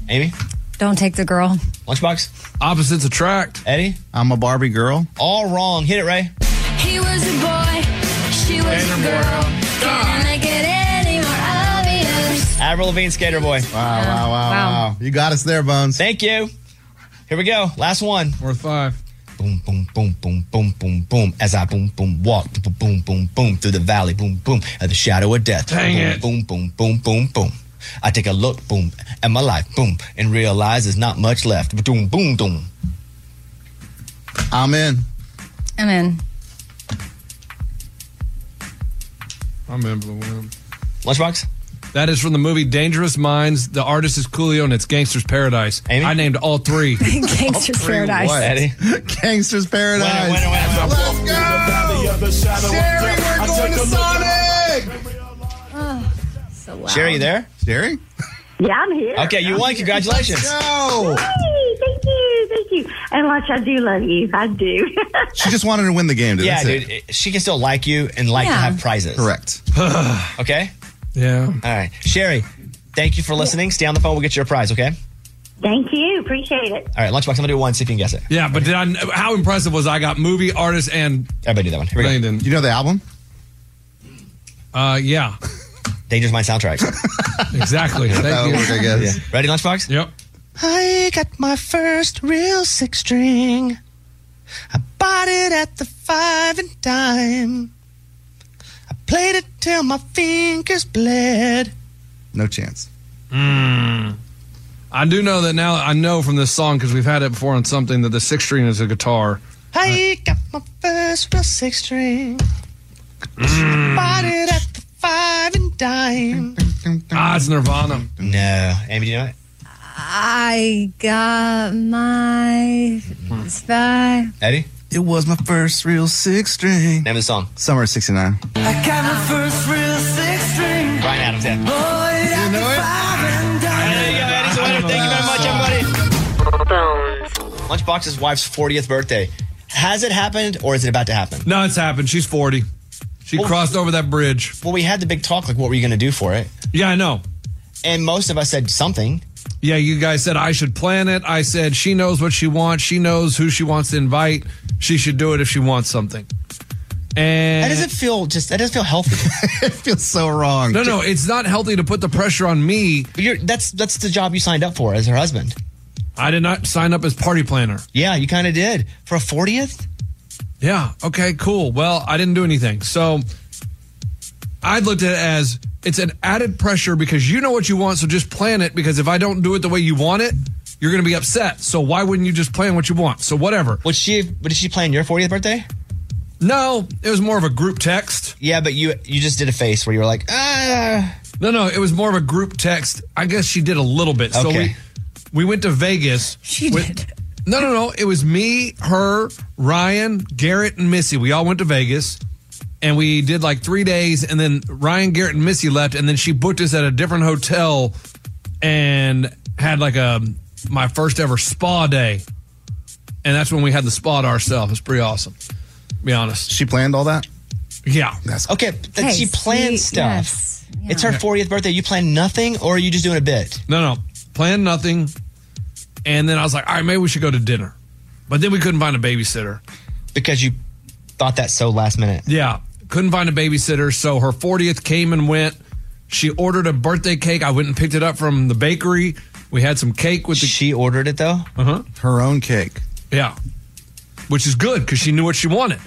Speaker 3: Amy,
Speaker 6: Don't take the girl.
Speaker 3: Lunchbox,
Speaker 7: Opposites attract.
Speaker 3: Eddie,
Speaker 5: I'm a Barbie girl.
Speaker 3: all wrong. Hit it, Ray.
Speaker 16: He was a boy, she was a girl. Can I make it any more obvious?
Speaker 3: Avril Lavigne, Skater Boy.
Speaker 5: Wow, wow, wow, wow. You got us there, Bones.
Speaker 3: Thank you. Here we go. Last one.
Speaker 7: Worth five.
Speaker 3: Boom, boom, boom, boom, boom, boom, boom, boom. As I boom, boom, walk, boom, boom, boom, boom, through the valley, boom, boom, at the shadow of death.
Speaker 7: Dang
Speaker 3: boom,
Speaker 7: it.
Speaker 3: boom, boom, boom, boom, boom. I take a look, boom, at my life, boom, and realize there's not much left. Boom, boom, boom.
Speaker 5: I'm in.
Speaker 6: I'm in.
Speaker 7: I remember the one.
Speaker 3: Lunchbox?
Speaker 7: That is from the movie Dangerous Minds. The artist is Coolio and it's Gangster's Paradise. I named all three.
Speaker 6: Gangster's Paradise.
Speaker 5: Gangster's Paradise. Let's go. Sherry, we're going to Sonic.
Speaker 6: Oh, so loud.
Speaker 3: Sherry, you there?
Speaker 5: Sherry?
Speaker 21: Yeah, I'm here.
Speaker 3: Okay, you
Speaker 21: I'm
Speaker 3: won.
Speaker 21: here.
Speaker 3: Congratulations.
Speaker 21: Let's
Speaker 5: go.
Speaker 21: Hey, thank you, thank you. And lunch, I do love you. I do.
Speaker 5: She just wanted to win the game. Dude.
Speaker 3: yeah,
Speaker 5: That's it.
Speaker 3: dude. it- She can still like you and like to
Speaker 21: Yeah.
Speaker 3: have prizes.
Speaker 5: Correct.
Speaker 3: okay?
Speaker 7: Yeah. All
Speaker 3: right. Sherry, thank you for listening. Stay on the phone. We'll get you a prize, okay?
Speaker 21: thank you. Appreciate it.
Speaker 3: All right, Lunchbox, I'm going to do one. See if you can guess it.
Speaker 7: Yeah, but did I, how impressive was I? Got movie, artist, and
Speaker 3: everybody did that one. Here we go.
Speaker 7: Brandon.
Speaker 5: You know the album?
Speaker 7: Uh, yeah.
Speaker 3: Dangerous Mind soundtrack.
Speaker 7: exactly. Thank
Speaker 3: That'll
Speaker 7: you.
Speaker 3: work, I guess. Ready, Lunchbox?
Speaker 7: Yep.
Speaker 3: I got my first real six string. I bought it at the five and dime. I played it till my fingers bled.
Speaker 5: No chance.
Speaker 7: Mm. I do know that now. I know from this song because we've had it before on something that the six string is a guitar.
Speaker 3: I got my first real six string. Bought it at the five and dime.
Speaker 7: Ah, it's Nirvana.
Speaker 3: No, Amy, do you know it?
Speaker 6: I got my spy.
Speaker 3: Eddie?
Speaker 5: It was my first real six string. Name
Speaker 3: of the song.
Speaker 5: Summer of 69.
Speaker 16: I got my first real six string.
Speaker 3: Brian Adams, yeah.
Speaker 16: you know it?
Speaker 3: Thank you very much, everybody. Lunchbox's wife's 40th birthday. Has it happened or is it about to happen?
Speaker 7: No, it's happened. She's 40. She crossed over that bridge.
Speaker 3: Well, we had the big talk like, what were you going to do for it?
Speaker 7: Yeah, I know.
Speaker 3: And most of us said something.
Speaker 7: Yeah, you guys said I should plan it. I said she knows what she wants. She knows who she wants to invite. She should do it if she wants something. And
Speaker 3: That doesn't feel just. That doesn't feel healthy. it
Speaker 5: feels so wrong.
Speaker 7: No, no, it's not healthy to put the pressure on me.
Speaker 3: You're, that's that's the job you signed up for as her husband.
Speaker 7: I did not sign up as party planner.
Speaker 3: Yeah, you kind of did for a fortieth.
Speaker 7: Yeah. Okay. Cool. Well, I didn't do anything, so I looked at it as it's an added pressure because you know what you want, so just plan it. Because if I don't do it the way you want it, you're going to be upset. So why wouldn't you just plan what you want? So whatever.
Speaker 3: Was she? Did she plan your 40th birthday?
Speaker 7: No, it was more of a group text.
Speaker 3: Yeah, but you you just did a face where you were like, ah.
Speaker 7: No, no, it was more of a group text. I guess she did a little bit. So
Speaker 3: Okay.
Speaker 7: we we went to Vegas. She did. No, no, no. It was me, her, Ryan, Garrett, and Missy. We all went to Vegas. And we did like three days, and then Ryan, Garrett, and Missy left, and then she booked us at a different hotel and had like a my first ever spa day. And that's when we had the spa to ourselves. It's pretty awesome. to Be honest.
Speaker 5: She planned all that?
Speaker 7: Yeah.
Speaker 5: That's
Speaker 3: okay. That
Speaker 7: Hey,
Speaker 3: she planned
Speaker 7: see,
Speaker 3: stuff.
Speaker 7: yes,
Speaker 3: It's her
Speaker 7: yeah.
Speaker 3: 40th birthday. You plan nothing, or are you just doing a bit?
Speaker 7: No, no. Planned nothing. And then I was like, all right, maybe we should go to dinner. But then we couldn't find a babysitter.
Speaker 3: Because you thought that so last minute.
Speaker 7: Yeah. Couldn't find a babysitter. So her 40th came and went. She ordered a birthday cake. I went and picked it up from the bakery. We had some cake with the.
Speaker 3: She ordered it though?
Speaker 7: Uh huh.
Speaker 5: Her own cake.
Speaker 7: Yeah. Which is good because she knew what she wanted.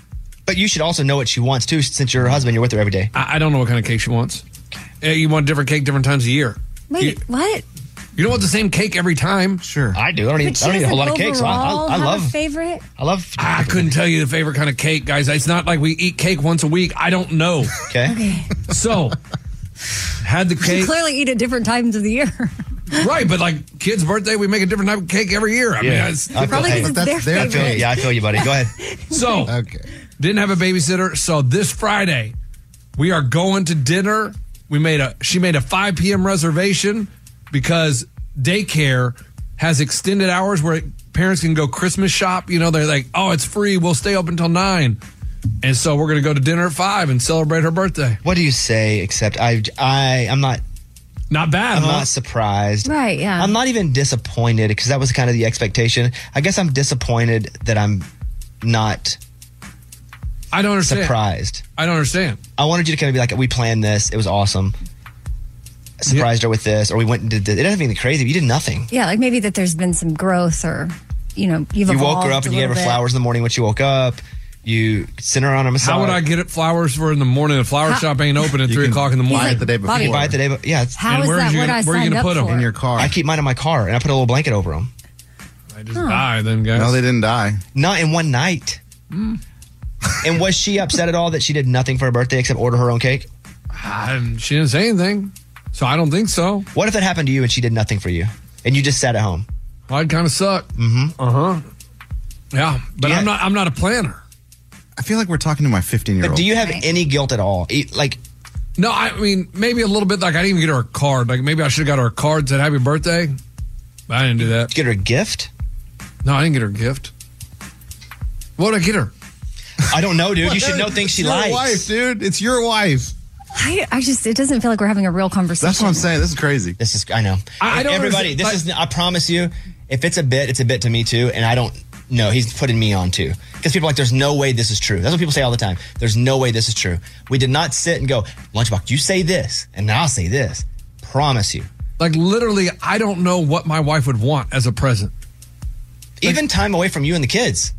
Speaker 3: But you should also know what she wants too, since you're her husband. You're with her every day.
Speaker 7: I, I don't know what kind of cake she wants. Eh, You want different cake different times a year.
Speaker 6: Wait, what?
Speaker 7: You don't want the same cake every time.
Speaker 5: Sure.
Speaker 3: I do. I don't eat, I don't eat a whole lot of cakes. so I, I, I love.
Speaker 6: favorite.
Speaker 3: I love.
Speaker 7: I couldn't tell you the favorite kind of cake, guys. It's not like we eat cake once a week. I don't know.
Speaker 3: Okay.
Speaker 7: So, had the
Speaker 6: You
Speaker 7: cake.
Speaker 6: clearly eat at different times of the year.
Speaker 7: Right, but like kids' birthday, we make a different type of cake every year. I mean, it's
Speaker 3: I feel- hey, I feel- Yeah, I feel you, buddy. Go ahead.
Speaker 7: So, didn't have a babysitter. So this Friday, we are going to dinner. We made a she made a 5 p.m. reservation because daycare has extended hours where parents can go Christmas shop. You know, they're like, oh, it's free. We'll stay open until nine. And so we're gonna go to dinner at five and celebrate her birthday.
Speaker 3: What do you say? Except I, I, I'm not.
Speaker 7: Not bad.
Speaker 3: I'm
Speaker 7: huh?
Speaker 3: not surprised.
Speaker 6: Right, yeah.
Speaker 3: I'm not even disappointed because that was kind of the expectation. I guess I'm disappointed that I'm not
Speaker 7: I don't understand.
Speaker 3: surprised.
Speaker 7: I don't understand.
Speaker 3: I wanted you to kind of be like, we planned this. It was awesome. I Surprised her with this, or we went and did this. It doesn't mean crazy. but You did nothing.
Speaker 6: Yeah, like maybe that there's been some growth or you know, you've
Speaker 3: you woke her up
Speaker 6: evolved a
Speaker 3: and you gave her
Speaker 6: little bit.
Speaker 3: flowers in the morning when she woke up. You sent her on a massage.
Speaker 7: How would I get it flowers for in the morning? The flower
Speaker 3: How-
Speaker 7: shop ain't open at three o'clock in the
Speaker 3: He's
Speaker 7: morning.
Speaker 3: like, Buy it the day Bobby, before. buy it the day before. Yeah.
Speaker 6: How And is where's that you what gonna- I where you gonna signed put up 'em? for? In your
Speaker 3: car. I keep mine in my car, and I put a little blanket over them.
Speaker 7: I
Speaker 6: just Huh. die
Speaker 7: then, guys.
Speaker 5: No, they didn't die.
Speaker 3: Not in one night.
Speaker 7: Mm.
Speaker 3: and was she upset at all that she did nothing for her birthday except order her own cake?
Speaker 7: Um, she didn't say anything, so I don't think so.
Speaker 3: What if it happened to you and she did nothing for you, and you just sat at home?
Speaker 7: I'd kind of suck.
Speaker 3: Mm-hmm.
Speaker 7: Uh huh. Yeah, but I'm not. I'm not a planner.
Speaker 5: I feel like we're talking to my 15 year
Speaker 3: But
Speaker 5: old.
Speaker 3: do you have any guilt at all? E- Like,
Speaker 7: No, I mean maybe a little bit. Like I didn't even get her a card. Like maybe I should have got her a card that said "Happy Birthday." But I didn't do that.
Speaker 3: get her a gift?
Speaker 7: No, I didn't get her a gift. What did I get her?
Speaker 3: I don't know, dude. You should know
Speaker 5: It's
Speaker 3: things she
Speaker 5: your
Speaker 3: likes.
Speaker 5: wife, dude. It's your wife.
Speaker 6: I, I just, it doesn't feel like we're having a real conversation.
Speaker 5: That's what I'm saying. This is crazy.
Speaker 3: This is I know.
Speaker 5: I- I don't
Speaker 3: Everybody,
Speaker 5: understand,
Speaker 3: this is. I promise you, if it's a bit, it's a bit to me too. And I don't know. He's putting me on too because people are like, there's no way this is true. That's what people say all the time. There's no way this is true. We did not sit and go, lunchbox. You say this, and I'll say this. Promise you.
Speaker 7: Like literally, I don't know what my wife would want as a present.
Speaker 3: Even time away from you and the kids.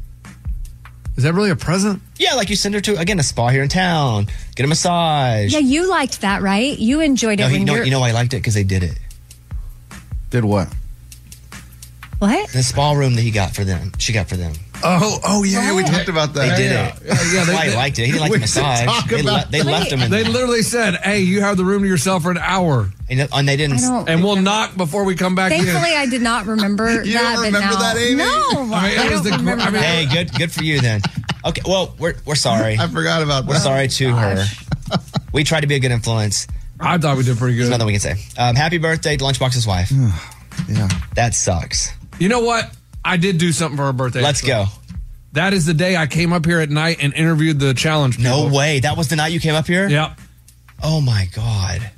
Speaker 7: Is that really a present?
Speaker 3: Yeah, like you send her to again a spa here in town, get a massage.
Speaker 6: Yeah, you liked that, right? You enjoyed it
Speaker 3: no,
Speaker 6: when
Speaker 3: he, no,
Speaker 6: you're.
Speaker 3: you know why I liked it because they did it.
Speaker 5: Did what?
Speaker 6: What?
Speaker 3: The spa room that he got for them. She got for them.
Speaker 7: Oh, oh yeah,
Speaker 5: we talked about
Speaker 3: They
Speaker 5: that.
Speaker 3: did
Speaker 5: Yeah,
Speaker 3: it.
Speaker 5: yeah, yeah,
Speaker 3: That's
Speaker 5: they
Speaker 3: why he
Speaker 5: did.
Speaker 3: liked it. He didn't like
Speaker 5: We
Speaker 3: the
Speaker 5: did
Speaker 3: massage.
Speaker 5: talk
Speaker 3: They, le-
Speaker 5: about
Speaker 3: they
Speaker 5: that.
Speaker 3: left him in
Speaker 7: They
Speaker 3: there.
Speaker 7: literally said, "Hey, you have the room to yourself for an hour,"
Speaker 3: and, and they didn't.
Speaker 6: I don't-
Speaker 7: And we'll knock before we come back.
Speaker 6: Thankfully,
Speaker 7: in.
Speaker 6: I did not remember
Speaker 7: You don't
Speaker 6: that. but
Speaker 7: remember
Speaker 6: now-
Speaker 7: that, Amy?
Speaker 6: No,
Speaker 7: I
Speaker 6: I,
Speaker 7: mean, it was
Speaker 6: don't
Speaker 7: the gr-
Speaker 6: remember
Speaker 7: I mean-
Speaker 6: that.
Speaker 3: hey, good good for you then. Okay, well, we're we're sorry. I
Speaker 5: forgot about
Speaker 3: we're
Speaker 5: that.
Speaker 3: sorry to
Speaker 6: Oh
Speaker 3: her. We tried to be a good influence.
Speaker 7: I thought we did pretty good.
Speaker 3: There's nothing we can say. Um, happy birthday to Lunchbox's wife.
Speaker 5: yeah.
Speaker 3: That sucks.
Speaker 7: You know what? I did do something for her birthday.
Speaker 3: Let's
Speaker 7: actually.
Speaker 3: go.
Speaker 7: That is the day I came up here at night and interviewed the challenge.
Speaker 3: No
Speaker 7: people.
Speaker 3: way. That was the night you came up here?
Speaker 7: Yep.
Speaker 3: Oh my God.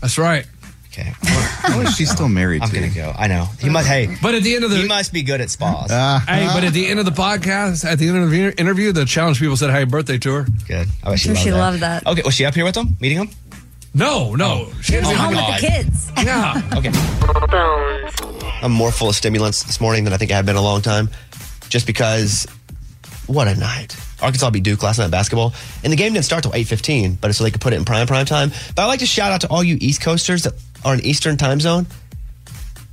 Speaker 7: That's right.
Speaker 3: Okay.
Speaker 5: How is she still married
Speaker 3: I'm
Speaker 5: to?
Speaker 3: gonna go. I know. He must hey.
Speaker 7: But at the end of the Uh-huh.
Speaker 3: He must be good at spas.
Speaker 7: hey, but at the end of the podcast, at the end of the inter- interview, the challenge people said happy birthday to her.
Speaker 3: Good. I bet she,
Speaker 6: I'm sure
Speaker 3: loved,
Speaker 6: she
Speaker 3: that.
Speaker 6: loved that.
Speaker 3: Okay, was she up here with him? Meeting him?
Speaker 7: No, no. She
Speaker 3: Oh,
Speaker 6: She was
Speaker 3: my
Speaker 6: home
Speaker 3: God.
Speaker 6: with the kids.
Speaker 7: Yeah.
Speaker 3: Okay. I'm more full of stimulants this morning than I think I have been in a long time, just because. What a night! Arkansas beat Duke last night in basketball, and the game didn't start till 8:15, but it's so they could put it in prime prime time. But I like to shout out to all you East Coasters that are in Eastern time zone,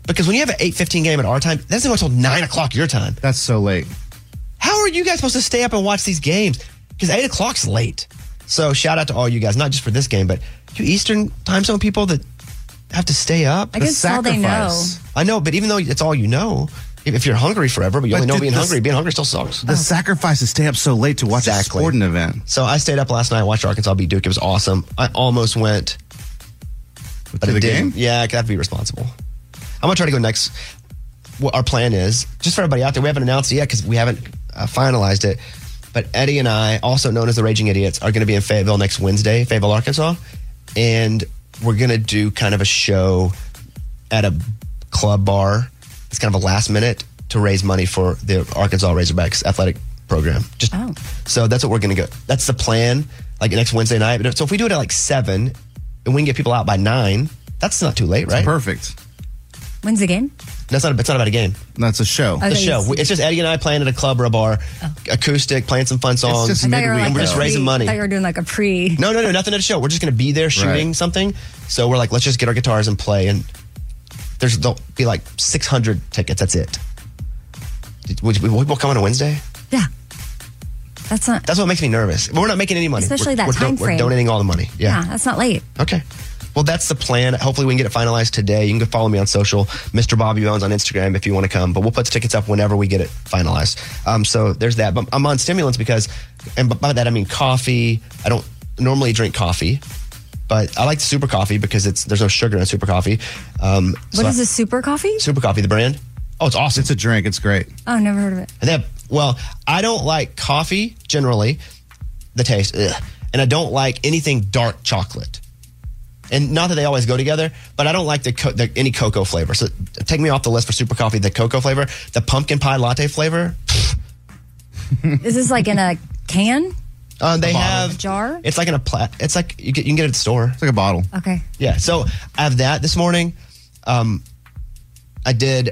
Speaker 3: because when you have an 8:15 game at our time, that's not until nine o'clock your time.
Speaker 5: That's so late.
Speaker 3: How are you guys supposed to stay up and watch these games? Because eight o'clock's late. So shout out to all you guys, not just for this game, but you Eastern time zone people that have to stay up.
Speaker 6: I guess all they know.
Speaker 3: I know, but even though it's all you know, if if you're hungry forever, but you
Speaker 5: But
Speaker 3: only know
Speaker 5: did
Speaker 3: being
Speaker 5: this-
Speaker 3: hungry, being hungry still sucks.
Speaker 5: The sacrifice to stay up so late to watch
Speaker 3: Exactly.
Speaker 5: a sporting event.
Speaker 3: So I stayed up last night, watched Arkansas beat Duke. It was awesome. I almost went but
Speaker 5: To
Speaker 3: I
Speaker 5: the
Speaker 3: didn't.
Speaker 5: game?
Speaker 3: Yeah, I have to be responsible. I'm gonna try to go next. What our plan is, just for everybody out there, we haven't announced it yet because we haven't uh, finalized it. But Eddie and I, also known as the Raging Idiots, are going to be in Fayetteville next Wednesday, Fayetteville, Arkansas, and we're going to do kind of a show at a club bar. It's kind of a last minute to raise money for the Arkansas Razorbacks athletic program. Just
Speaker 6: Oh.
Speaker 3: so that's what we're going to go. That's the plan. Like next Wednesday night. So if we do it at like seven, and we can get people out by nine, that's not too late, right?
Speaker 5: Perfect.
Speaker 6: When's the game?
Speaker 3: That's not. It's not about a game.
Speaker 5: That's a show.
Speaker 6: I
Speaker 3: The
Speaker 6: thought you
Speaker 3: show.
Speaker 6: said-
Speaker 3: We- It's just Eddie and I playing at a club or a bar, acoustic, playing some fun songs.
Speaker 5: just
Speaker 6: Oh. I thought you were like
Speaker 3: and we're just
Speaker 6: a
Speaker 3: raising
Speaker 6: pre-
Speaker 3: money.
Speaker 6: I thought you were doing like a pre.
Speaker 3: No, no, no, nothing at a show. We're just going to be there shooting
Speaker 5: Right.
Speaker 3: something. So we're like, let's just get our guitars and play. And there's there'll be like 600 tickets. That's it. Did- Would, would people come on a Wednesday?
Speaker 6: That's not.
Speaker 3: That's what makes me nervous. We're not making any money.
Speaker 6: Especially
Speaker 3: We're-
Speaker 6: that
Speaker 3: we're do-
Speaker 6: time
Speaker 3: We're
Speaker 6: frame.
Speaker 3: donating all the money.
Speaker 6: Yeah. that's not late.
Speaker 3: Okay. Well, that's the plan. Hopefully, we can get it finalized today. You can go follow me on social, Mr. Bobby Bones on Instagram if you want to come. But we'll put the tickets up whenever we get it finalized. Um, so there's that. But I'm on stimulants because, and by that I mean coffee. I don't normally drink coffee, but I like the super coffee because it's there's no sugar in super coffee. Um,
Speaker 6: What is a super coffee?
Speaker 3: Super coffee, the brand. Oh, it's awesome.
Speaker 5: It's a drink. It's great.
Speaker 6: Oh, never heard of it.
Speaker 3: And then, well, I don't like coffee generally, the taste, ugh. and I don't like anything dark chocolate. And not that they always go together, but I don't like the, co- the any cocoa flavor. So take me off the list for super coffee. The cocoa flavor, the pumpkin pie latte flavor.
Speaker 6: Is this like in a can?
Speaker 3: Uh, they
Speaker 6: A bottle.
Speaker 3: have
Speaker 6: A jar?
Speaker 3: It's like in a plat. It's like you, get, you can get it at the store. It's
Speaker 5: like a bottle.
Speaker 6: Okay.
Speaker 3: Yeah. So I have that this morning. Um, I did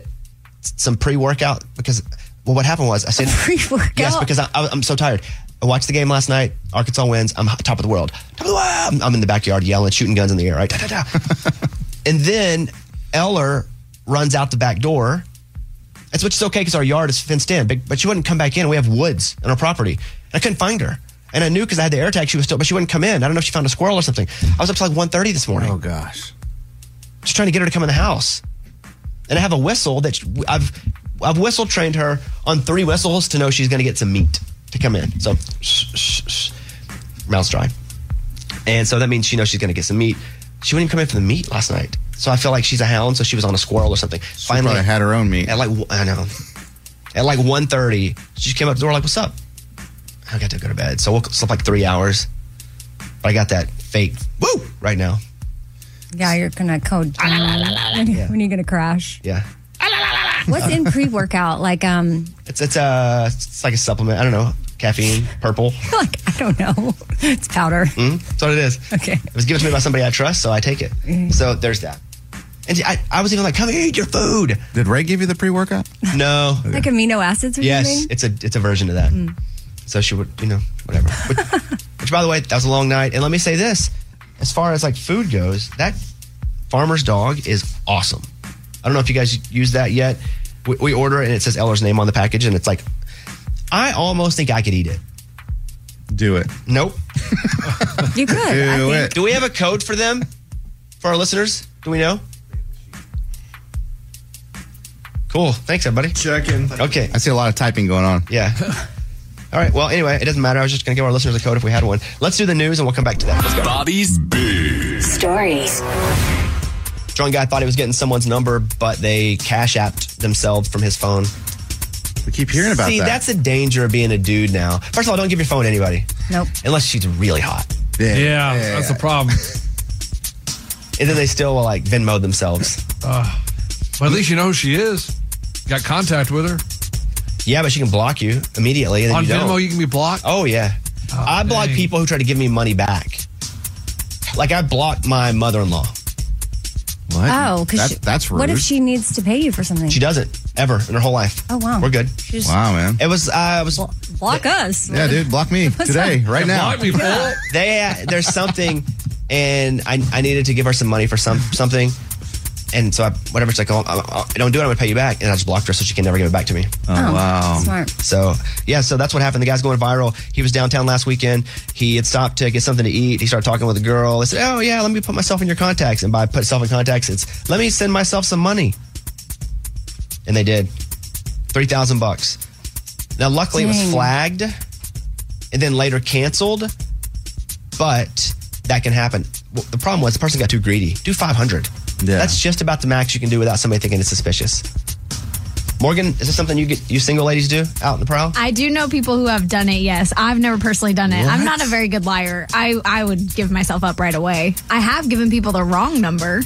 Speaker 3: some pre workout because well, what happened was I said pre workout. Yes, because I, I, I'm so tired. I watched the game last night. Arkansas wins. I'm h- top of the world. Top of the world. I'm- I'm in the backyard yelling, shooting guns in the air. Right. Da, da, da. and then Eller runs out the back door. It's which is okay because our yard is fenced in, but, but she wouldn't come back in. We have woods on our property. And I couldn't find her. And I knew because I had the air tag, she was still, but she wouldn't come in. I don't know if she found a squirrel or something. I was up till like 1.30 this morning. Oh, gosh. Just trying to get her to come in the house. And I have a whistle that sh- I've, I've whistle trained her on three whistles to know she's going to get some meat to come in. So, mouth's dry. And so that means she knows she's going to get some meat. She wouldn't even come in for the meat last night. So I feel like she's a hound, so she was on a squirrel or something. Finally, I had her own meat. At like I know, at like 1.30, she came up to the door like, "What's up?" I got to go to bed, so we'll sleep like three hours. But I got that fake woo right now.
Speaker 6: Yeah, you're gonna code when, you- when you're gonna crash.
Speaker 3: Yeah,
Speaker 6: What's in pre-workout? Like, um,
Speaker 3: it's it's a it's like a supplement. I don't know, caffeine, purple.
Speaker 6: like I don't know. It's powder.
Speaker 3: Mm, that's what it is.
Speaker 6: Okay. Mm.
Speaker 3: It was given to me by somebody I trust, so I take it. So there's that. And I, I was even like, come eat your food. Did Ray give you the pre workout? No.
Speaker 6: Like amino acids or
Speaker 3: yes,
Speaker 6: something.
Speaker 3: it's a it's a version of that.
Speaker 6: Mm.
Speaker 3: So she would, you know, whatever. Which, which, by the way, that was a long night. And let me say this: as far as like food goes, that farmer's dog is awesome. I don't know if you guys use that yet. We, we order it and it says Eller's name on the package, and it's like, I almost think I could eat it. Do it. Nope.
Speaker 6: you could. I think.
Speaker 3: Do we have a code for them? For our listeners? Do we know? Cool. Thanks, everybody. Checking. Okay.
Speaker 5: I see a lot of typing going on.
Speaker 3: Yeah. All right. Well, anyway, it doesn't matter. I was just going to give our listeners a code if we had one. Let's do the news and we'll come back to that. Let's go.
Speaker 2: Bobby's Big
Speaker 11: Stories.
Speaker 3: Strong guy thought he was getting someone's number, but they cash apped themselves from his phone. We keep hearing
Speaker 5: about
Speaker 3: See,
Speaker 5: that.
Speaker 3: that's the danger of being a dude now. First of all, don't give your phone to anybody.
Speaker 6: Nope.
Speaker 3: Unless she's really hot.
Speaker 7: Yeah, Yeah, that's the problem.
Speaker 3: and then they still will like Venmo themselves.
Speaker 7: Uh, but at least you know who she is. Got contact with her.
Speaker 3: Yeah, but she can block you immediately. And then
Speaker 7: On
Speaker 3: you don't.
Speaker 7: Venmo, you can be blocked.
Speaker 3: Oh yeah, I block people who try to give me money back. Like I blocked my mother-in-law. What?
Speaker 6: Oh, because What if she needs to pay you for something?
Speaker 3: She doesn't ever in her whole life.
Speaker 6: Oh, wow.
Speaker 3: We're good.
Speaker 6: She's- Wow,
Speaker 3: man. It was. Uh, I was.
Speaker 6: Block us.
Speaker 3: Yeah, dude, block me
Speaker 6: What's today, up? right Yeah, now. block me, fool.
Speaker 3: They, uh, there's something, and I, I needed to give her some money for some something, and so I, whatever she's like, oh, I, I don't do it, I'm gonna pay you back, and I just blocked her so she can never give it back to me.
Speaker 6: Oh, Oh, wow. smart.
Speaker 3: So yeah, so that's what happened. The guy's going viral. He was downtown last weekend. He had stopped to get something to eat. He started talking with a girl. He said, oh yeah, let me put myself in your contacts, and by put self in contacts, it's let me send myself some money, and they did, three thousand bucks. Now, luckily, it
Speaker 1: Dang.
Speaker 3: was flagged and then later canceled, but that can happen. Well, the problem was the person got too greedy. Do 500. Yeah. That's just about the max you can do without somebody thinking it's suspicious. Morgan, is this something you get you single ladies do out in the prowl?
Speaker 17: I do know people who have done it. Yes, I've never personally done it. I'm
Speaker 3: What?
Speaker 17: not a very good liar. I I would give myself up right away. I have given people the wrong number.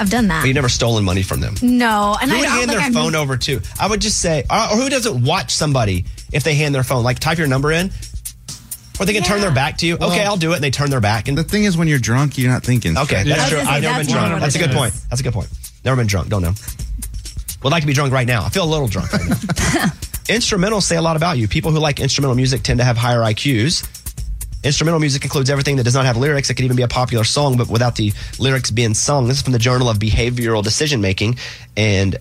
Speaker 17: I've done that.
Speaker 3: But you never stolen money from them.
Speaker 17: No, and
Speaker 3: who
Speaker 17: I
Speaker 3: would
Speaker 17: don't
Speaker 3: hand
Speaker 17: think
Speaker 3: their
Speaker 17: I've-
Speaker 3: phone over to? I would just say, or, or who doesn't watch somebody if they hand their phone? Like type your number in, or they can turn their back to you. okay, I'll do it, and they turn their back. And
Speaker 5: the thing is, when you're drunk, you're not thinking.
Speaker 3: Okay, that's true. I've never been drunk. That's a good point. That's a good point. Never been drunk. Don't know. Would like to be drunk right now. I feel a little drunk right now. Instrumentals say a lot about you. People who like instrumental music tend to have higher IQs. Instrumental music includes everything that does not have lyrics. It could even be a popular song, but without the lyrics being sung. This is from the Journal of Behavioral Decision Making. And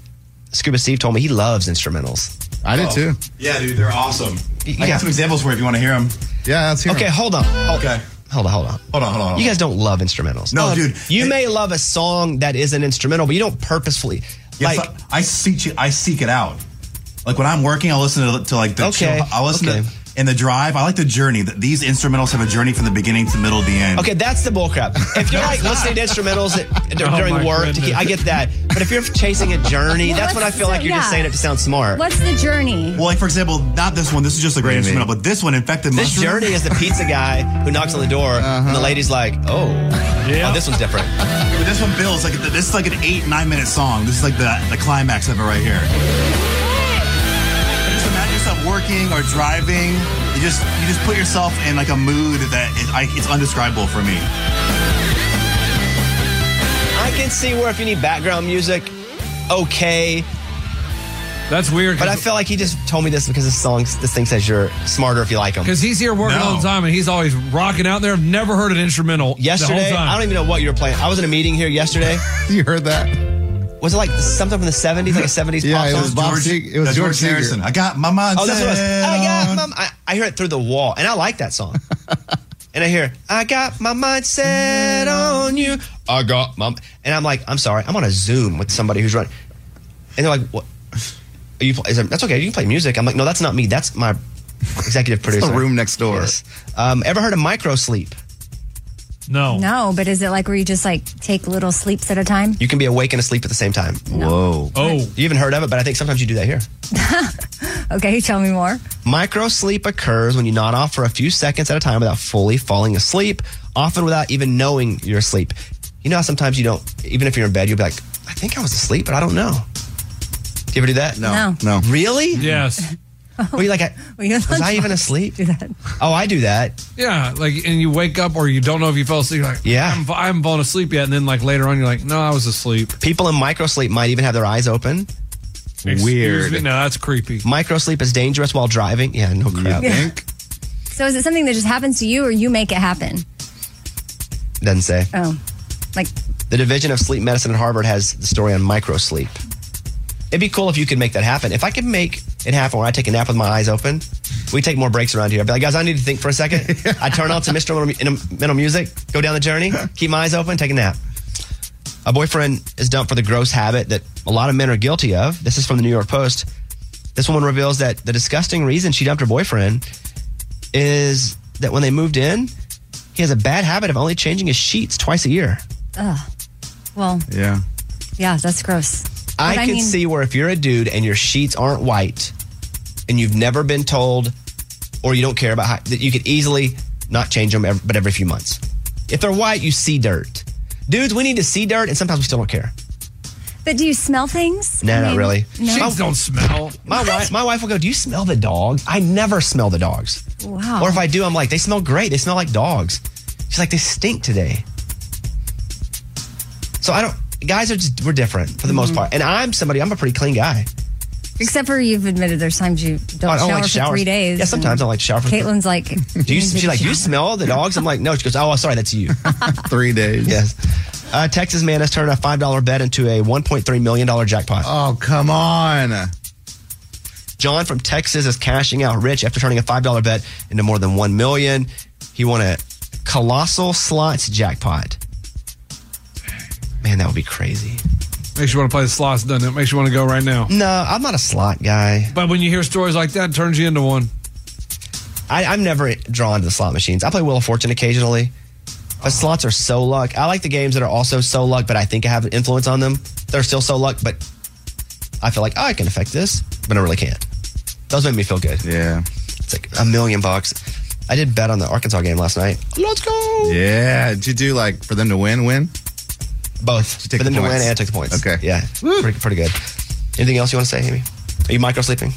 Speaker 3: Scuba Steve told me he loves instrumentals. I
Speaker 8: Oh. Yeah, dude, they're awesome. I
Speaker 3: Yeah.
Speaker 8: got some examples for you if you want to hear them.
Speaker 5: Yeah, let's
Speaker 3: Okay, hold on.
Speaker 8: okay.
Speaker 3: Hold on, hold on.
Speaker 8: Hold on, hold on. hold
Speaker 3: You
Speaker 8: on.
Speaker 3: guys don't love instrumentals.
Speaker 8: No,
Speaker 3: Um,
Speaker 8: dude.
Speaker 3: You may love a song that is an instrumental, but you don't purposefully.
Speaker 8: Yes,
Speaker 3: like,
Speaker 8: I, I seek you, I seek it out. Like when I'm working, I'll listen to, to like the
Speaker 3: Okay,
Speaker 8: chill, I'll listen
Speaker 3: okay.
Speaker 8: to in the drive. I like the journey. Th- These instrumentals have a journey from the beginning to the middle to the end.
Speaker 3: Okay, that's the bullcrap. If you're like listening to instrumentals at-
Speaker 8: Oh,
Speaker 3: during
Speaker 8: my
Speaker 3: work, to
Speaker 8: goodness.
Speaker 3: keep, I get that. But if you're chasing a journey,
Speaker 6: Well,
Speaker 3: that's when I
Speaker 6: let's-
Speaker 3: feel like you're just
Speaker 6: yeah.
Speaker 3: saying it to sound smart.
Speaker 6: What's the journey?
Speaker 8: Well, like for example, not this one. This is just a great instrumental, but this one, infected
Speaker 3: This
Speaker 8: mushroom. Uh-huh.
Speaker 3: journey is the pizza guy who knocks on the door, and the lady's like, "Oh, oh, this one's different."
Speaker 8: Yeah, but this one, Bill's like this is like an eight nine minute song. This is like the the climax of it right here. Just imagine yourself working or driving. You just you just put yourself in like a mood that it, I, it's undescribable for me.
Speaker 3: I can see where if you need background music, okay.
Speaker 7: That's weird.
Speaker 3: But I feel like he just told me this because this song, this thing says you're smarter if you like them.
Speaker 7: Because he's here working all the time and he's always rocking out there. I've never heard an instrumental the whole
Speaker 3: Yesterday,
Speaker 7: time.
Speaker 3: I don't even know what you were playing. I was in a meeting here yesterday.
Speaker 5: you heard that?
Speaker 3: Was it like something from the 70s, like a 70s pop song?
Speaker 8: that's George Harrison. I got my mind.
Speaker 3: Oh, that's what it was. I
Speaker 8: down.
Speaker 3: got my, I, I hear it through the wall, and I like that song. and I hear, I got my mind set on you. I got my, and I'm like, I'm sorry, I'm on a Zoom with somebody who's running, and they're like, what? Are you? Play, is there, that's okay. You can play music. I'm like, no, that's not me. That's my executive producer.
Speaker 5: room next door.
Speaker 3: Yes. Um, ever heard of micro sleep?
Speaker 7: No.
Speaker 6: No, but is it like where you just like take little sleeps at a time?
Speaker 3: You can be awake and asleep at the same time. Whoa.
Speaker 7: Oh.
Speaker 3: You haven't heard of it, but I think sometimes you do that here.
Speaker 6: Okay, tell me more.
Speaker 3: Micro sleep occurs when you nod off for a few seconds at a time without fully falling asleep, often without even knowing you're asleep. You know how sometimes you don't, even if you're in bed, you'll be like, I think I was asleep, but I don't know. Do you ever do that?
Speaker 6: No.
Speaker 3: No. Really?
Speaker 7: Yes.
Speaker 3: Were you like, I, was I even asleep? Oh, I do that.
Speaker 7: Yeah, like, and you wake up or you don't know if you fell asleep. You're like,
Speaker 3: Yeah.
Speaker 7: I haven't, I haven't fallen asleep yet. And then, like, later on, you're like, no, I was asleep.
Speaker 3: People in micro sleep might even have their eyes open.
Speaker 7: Excuse
Speaker 3: Weird.
Speaker 7: me? No, that's creepy.
Speaker 3: Micro sleep is dangerous while driving. Yeah, no crap.
Speaker 6: Yeah. So is it something that just happens to you or you make it happen?
Speaker 3: Doesn't say.
Speaker 6: Oh, like,
Speaker 3: The Division of Sleep Medicine at Harvard has the story on micro sleep. It'd be cool if you could make that happen. If I could make it happen where I take a nap with my eyes open, we take more breaks around here. I'd be like, guys, I need to think for a second. I turn on some instrumental music, go down the journey, keep my eyes open, take a nap. A boyfriend is dumped for the gross habit that a lot of men are guilty of. This is from the New York Post. This woman reveals that the disgusting reason she dumped her boyfriend is that when they moved in, he has a bad habit of only changing his sheets twice a year.
Speaker 6: ugh. Well,
Speaker 3: Yeah.
Speaker 6: yeah, that's gross.
Speaker 3: I
Speaker 6: But
Speaker 3: can
Speaker 6: mean,
Speaker 3: see where if you're a dude and your sheets aren't white and you've never been told or you don't care about how that you could easily not change them every, but every few months. If they're white, you see dirt. Dudes, we need to see dirt and sometimes we still don't care.
Speaker 6: But do you smell things?
Speaker 3: No,
Speaker 6: I
Speaker 3: not
Speaker 6: mean,
Speaker 3: really.
Speaker 6: No.
Speaker 7: smell.
Speaker 3: My wife, my wife will go, "Do you smell the dogs?" I never smell the dogs.
Speaker 6: Wow.
Speaker 3: Or if I do, I'm like, "They smell great. They smell like dogs." She's like, "They stink today." So I don't. Guys are just we're different for the
Speaker 6: Mm-hmm.
Speaker 3: most part, and I'm somebody. I'm a pretty clean guy.
Speaker 6: Except for you've admitted there's times you don't,
Speaker 3: I don't
Speaker 6: shower
Speaker 3: like
Speaker 6: for
Speaker 3: showers.
Speaker 6: three days.
Speaker 3: Yeah, sometimes I like shower for-
Speaker 6: Caitlin's like,
Speaker 3: Do you, she's like, do you smell the dogs? I'm like, no. She goes, oh, sorry, that's you.
Speaker 5: Three days.
Speaker 3: Yes. A Texas man has turned a $5 bet into a $1.3 million jackpot.
Speaker 5: Oh, come on.
Speaker 3: John from Texas is cashing out Uh, rich after turning a $5 bet into more than $1 million. He won a colossal slots jackpot. Man, that would be crazy.
Speaker 7: Makes you want to play the slots, doesn't it? Makes you want to go right now.
Speaker 3: No, I'm not a slot guy.
Speaker 7: But when you hear stories like that, it turns you into one.
Speaker 3: I, I'm never drawn to the slot machines. I play Wheel of Fortune occasionally. But slots are so luck. I like the games that are also so luck, but I think I have an influence on them. They're still so luck, but I feel like oh, I can affect this, but I really can't. Those make me feel good.
Speaker 5: Yeah.
Speaker 3: It's like a million bucks. I did bet on the Arkansas game last night. Let's go.
Speaker 5: Yeah. Did you do like for them to win, win?
Speaker 3: Both.
Speaker 5: Take
Speaker 3: For them
Speaker 5: the
Speaker 3: to win
Speaker 5: points.
Speaker 3: and I took the points.
Speaker 5: Okay.
Speaker 3: Yeah. Pretty, pretty good. Anything else you want to say, Amy? Are you micro sleeping?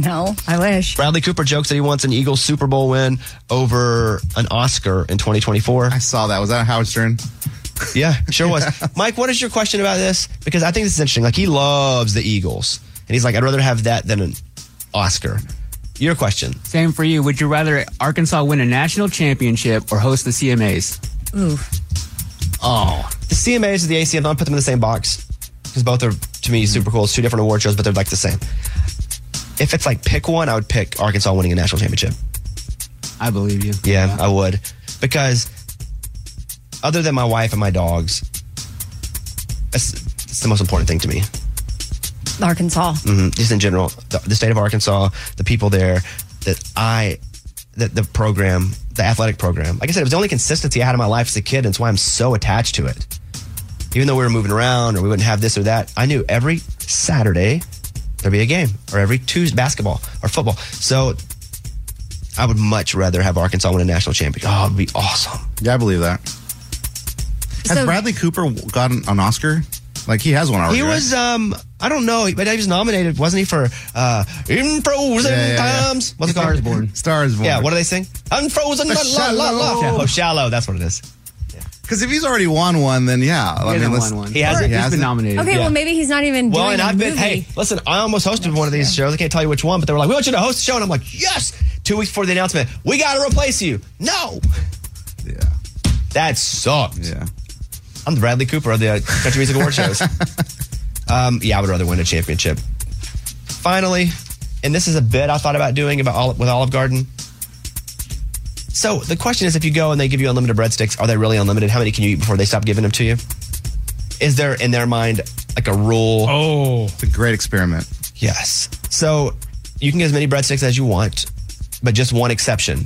Speaker 6: no, I wish.
Speaker 3: Bradley Cooper jokes that he wants an Eagles Super Bowl win over an Oscar in 2024. I
Speaker 5: saw that. Was that a Howard Stern?
Speaker 3: Yeah, sure was. Mike, what is your question about this? Because I think this is interesting. Like he loves the Eagles, and he's like, I'd rather have that than an Oscar. Your question.
Speaker 1: Same for you. Would you rather Arkansas win a national championship or host the CMAs?
Speaker 6: Ooh.
Speaker 3: Oh, the CMAs and the ACM. I'll put them in the same box because both are to me super cool. It's two different award shows, but they're like the same. If it's like pick one, I would pick Arkansas winning a national championship.
Speaker 1: I believe you.
Speaker 3: Yeah, I would because other than my wife and my dogs, that's, that's the most important thing to me.
Speaker 6: Arkansas.
Speaker 3: hmm just in general, the, the state of Arkansas, the people there, that I, that the program, the athletic program. Like I said, it was the only consistency I had in my life as a kid, and it's why I'm so attached to it. Even though we were moving around or we wouldn't have this or that, I knew every Saturday there'd be a game, or every Tuesday basketball or football. So I would much rather have Arkansas win a national championship. Oh, it'd be awesome.
Speaker 5: Yeah, I believe that. Has
Speaker 3: So-
Speaker 5: Bradley Cooper gotten an Oscar? Like he has one already.
Speaker 3: He
Speaker 5: right?
Speaker 3: was, um, I don't know, but he was nominated, wasn't he, for uh, In Frozen
Speaker 5: Yeah, yeah, yeah.
Speaker 3: Times? What's it called?
Speaker 5: Stars born.
Speaker 3: Yeah, what do they sing? Unfrozen, la la la la.
Speaker 5: Shallow.
Speaker 3: Oh, shallow. That's what it is.
Speaker 5: Because Because if he's already won one, then yeah. I mean,
Speaker 3: hasn't
Speaker 5: let's-
Speaker 3: won one. He hasn't? He's been nominated.
Speaker 6: Okay,
Speaker 3: Yeah.
Speaker 6: well maybe he's not even.
Speaker 3: Well,
Speaker 6: doing
Speaker 3: and
Speaker 6: a
Speaker 3: I've been,
Speaker 6: movie.
Speaker 3: hey, listen, I almost hosted one of these shows. I can't tell you which one, but they were like, we want you to host the show. And I'm like, yes. Two weeks before the announcement, we got to replace you. No. Yeah. That sucked. Yeah. I'm the Bradley Cooper of the uh, Country Music Award shows. um, yeah, I would rather win a championship. Finally, and this is a bit I thought about doing about Oli- with Olive Garden. So the question is, if you go and they give you unlimited breadsticks, are they really unlimited? How many can you eat before they stop giving them to you? Is there in their mind like a rule?
Speaker 7: Oh,
Speaker 3: it's a great experiment. Yes. So you can get as many breadsticks as you want, but just one exception.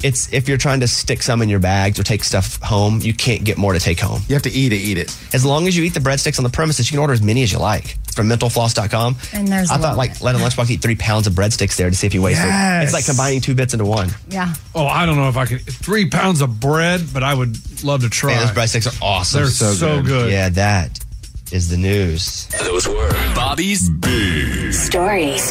Speaker 3: It's if you're trying to stick some in your bags or take stuff home, you can't get more to take home. You have to eat it, eat it. As long as you eat the breadsticks on the premises, you can order as many as you like. It's from mentalfloss.com.
Speaker 6: And there's a
Speaker 3: I
Speaker 6: lot
Speaker 3: thought
Speaker 6: of
Speaker 3: like letting Lunchbox eat three pounds of breadsticks there to see if he wastes it.
Speaker 7: Yes.
Speaker 3: It's like combining two bits into one.
Speaker 6: Yeah.
Speaker 7: Oh, I don't know if I could. Three pounds of bread, but I would love to try.
Speaker 3: Man, those breadsticks are awesome.
Speaker 7: They're so, good.
Speaker 3: Yeah, that is the news.
Speaker 2: Those were Bobby's Big
Speaker 11: Stories.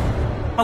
Speaker 15: A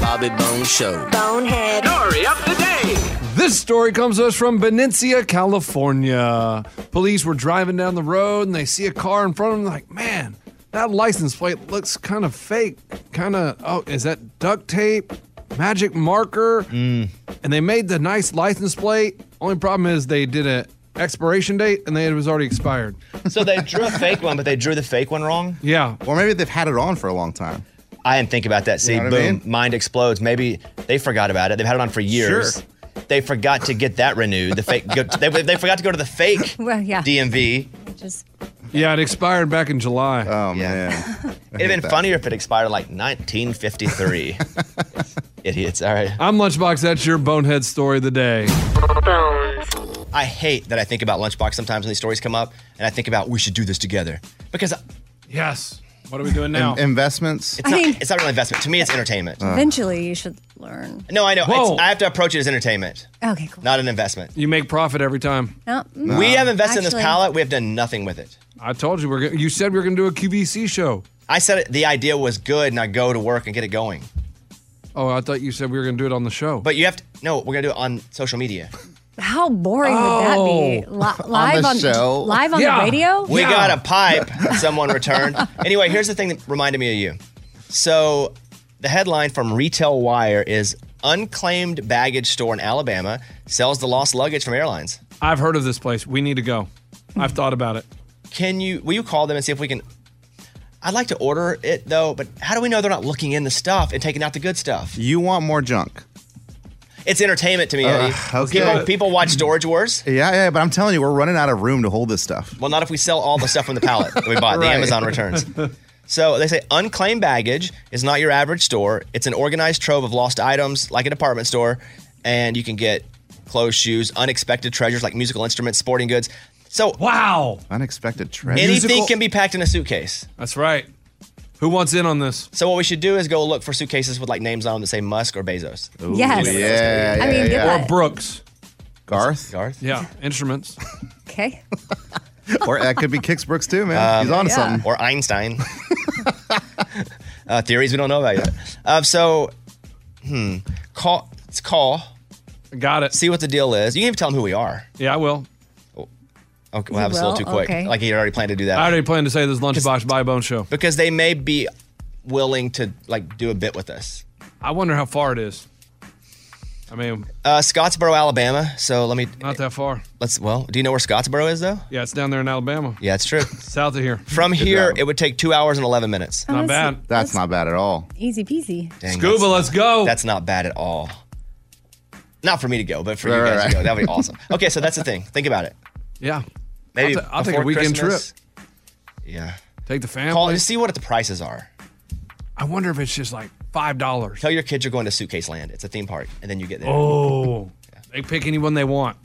Speaker 9: Bobby Bone Show.
Speaker 4: Bonehead.
Speaker 9: Story of the day.
Speaker 7: This story comes to us from Benicia, California. Police were driving down the road and they see a car in front of them. Like, man, that license plate looks kind of fake. Kind of, oh, is that duct tape? Magic marker?
Speaker 3: Mm.
Speaker 7: And they made the nice license plate. Only problem is they did a expiration date and they, it was already expired.
Speaker 3: So they drew a fake one, but they drew the fake one wrong?
Speaker 7: Yeah.
Speaker 5: Or maybe they've had it on for a long time.
Speaker 3: I didn't think about that. See,
Speaker 5: know what I
Speaker 3: boom, mind explodes. Maybe they forgot about it. They've had it on for years.
Speaker 5: Sure.
Speaker 3: They forgot to get that renewed. The fake. Go, they, they forgot to go to the fake
Speaker 6: Well, yeah.
Speaker 3: DMV.
Speaker 6: Just
Speaker 7: Yeah, it expired back in July.
Speaker 5: Oh
Speaker 3: man, it'd been funnier if it expired in, like 1953. Idiots. All right.
Speaker 7: I'm Lunchbox. That's your bonehead story of the day.
Speaker 3: I hate that I think about Lunchbox sometimes when these stories come up, and I think about we should do this together because uh,
Speaker 7: yes. What are we doing
Speaker 3: now?
Speaker 5: investments. Uh.
Speaker 3: It's,
Speaker 6: I
Speaker 3: not,
Speaker 6: mean-
Speaker 3: it's not really investment. To me, it's entertainment.
Speaker 6: eventually you should learn.
Speaker 3: no, I know.
Speaker 7: Whoa.
Speaker 3: It's, I have to approach it as entertainment,
Speaker 6: Okay, cool.
Speaker 3: not an investment.
Speaker 7: You make profit every time.
Speaker 6: No, mm,
Speaker 3: We have invested in this
Speaker 6: actually-
Speaker 3: palette. We have done nothing with it.
Speaker 7: I told you we're. Gonna, you said we were going to do a QVC show.
Speaker 3: I said it, the idea was good, and I go to work and get it going.
Speaker 7: Oh, I thought you said we were going to do it on the show.
Speaker 3: But you have to. No, we're gonna do it on social media.
Speaker 6: How boring would that be?
Speaker 3: Oh.
Speaker 6: Li- live on, live on the radio?
Speaker 3: We got a pipe. Someone returned. anyway, here's the thing that reminded me of you. So, the headline from Retail Wire is unclaimed baggage store in Alabama sells the lost luggage from airlines.
Speaker 7: I've heard of this place. We need to go. I've thought about it.
Speaker 3: Can you? Will you call them and see if we can? I'd like to order it though, but how do we know they're not looking in the stuff and taking out the good stuff?
Speaker 5: You want more junk.
Speaker 3: It's entertainment to me.
Speaker 5: Uh,
Speaker 3: Eddie.
Speaker 5: okay.
Speaker 3: People, people watch Storage Wars.
Speaker 5: Yeah, yeah, but I'm telling you, we're running out of room to hold this stuff.
Speaker 3: Well, not if we sell all the stuff from the pallet that we bought. The
Speaker 5: Right.
Speaker 3: Amazon returns. So they say unclaimed baggage is not your average store. It's an organized trove of lost items, like a department store, and you can get clothes, shoes, unexpected treasures like musical instruments, sporting goods. So
Speaker 7: wow,
Speaker 5: unexpected treasures.
Speaker 3: anything can be packed in a suitcase.
Speaker 7: That's right. Who wants in on this?
Speaker 3: So what we should do is go look for suitcases with like names on them that say Musk or Bezos.
Speaker 6: Yes.
Speaker 3: Whatever those
Speaker 6: Yeah,
Speaker 3: may be.
Speaker 6: I mean, yeah, yeah.
Speaker 7: Or Brooks.
Speaker 5: Garth.
Speaker 3: Garth.
Speaker 7: Yeah, instruments.
Speaker 6: Okay.
Speaker 5: or that could be Kix Brooks too, man. He's on to
Speaker 3: Yeah.
Speaker 5: something.
Speaker 3: Um, Or Einstein. uh, theories we don't know about yet. Uh, so, hmm, call. It's call.
Speaker 7: Got it.
Speaker 3: See what the deal is. You can even tell them who we are. Oh,
Speaker 7: Yeah, I will.
Speaker 3: Okay, well, that was a little too quick.
Speaker 7: Okay.
Speaker 3: Like he had already planned to do that.
Speaker 7: I already planned to say this lunchbox by bone show.
Speaker 3: because they may be willing to like do a bit with us.
Speaker 7: I wonder how far it is. I mean,
Speaker 3: Uh, Scottsboro, Alabama. So let me.
Speaker 7: Not that far.
Speaker 3: Let's. Well, do you know where Scottsboro is though?
Speaker 7: yeah, it's down there in Alabama.
Speaker 3: Yeah, it's true.
Speaker 7: South of here.
Speaker 3: From here, it would take two hours and eleven minutes.
Speaker 6: Not Oh, That's- bad.
Speaker 5: That's not bad at all.
Speaker 6: Easy peasy.
Speaker 7: Scuba, let's go.
Speaker 3: That's not bad at all. Not for me to go, but for you
Speaker 7: Right,
Speaker 3: guys
Speaker 7: right,
Speaker 3: to go.
Speaker 7: right.
Speaker 3: That'd be awesome. Okay, so that's the thing. Think about it.
Speaker 7: Yeah.
Speaker 3: Maybe
Speaker 7: I'll, ta- I'll take a
Speaker 3: before
Speaker 7: weekend
Speaker 3: Christmas.
Speaker 7: trip.
Speaker 3: Yeah.
Speaker 7: Take the family.
Speaker 3: Call and see what the prices are.
Speaker 7: I wonder if it's just like five dollars.
Speaker 3: Tell your kids you're going to Suitcase Land. It's a theme park, and then you get there.
Speaker 7: Oh, they pick anyone they want.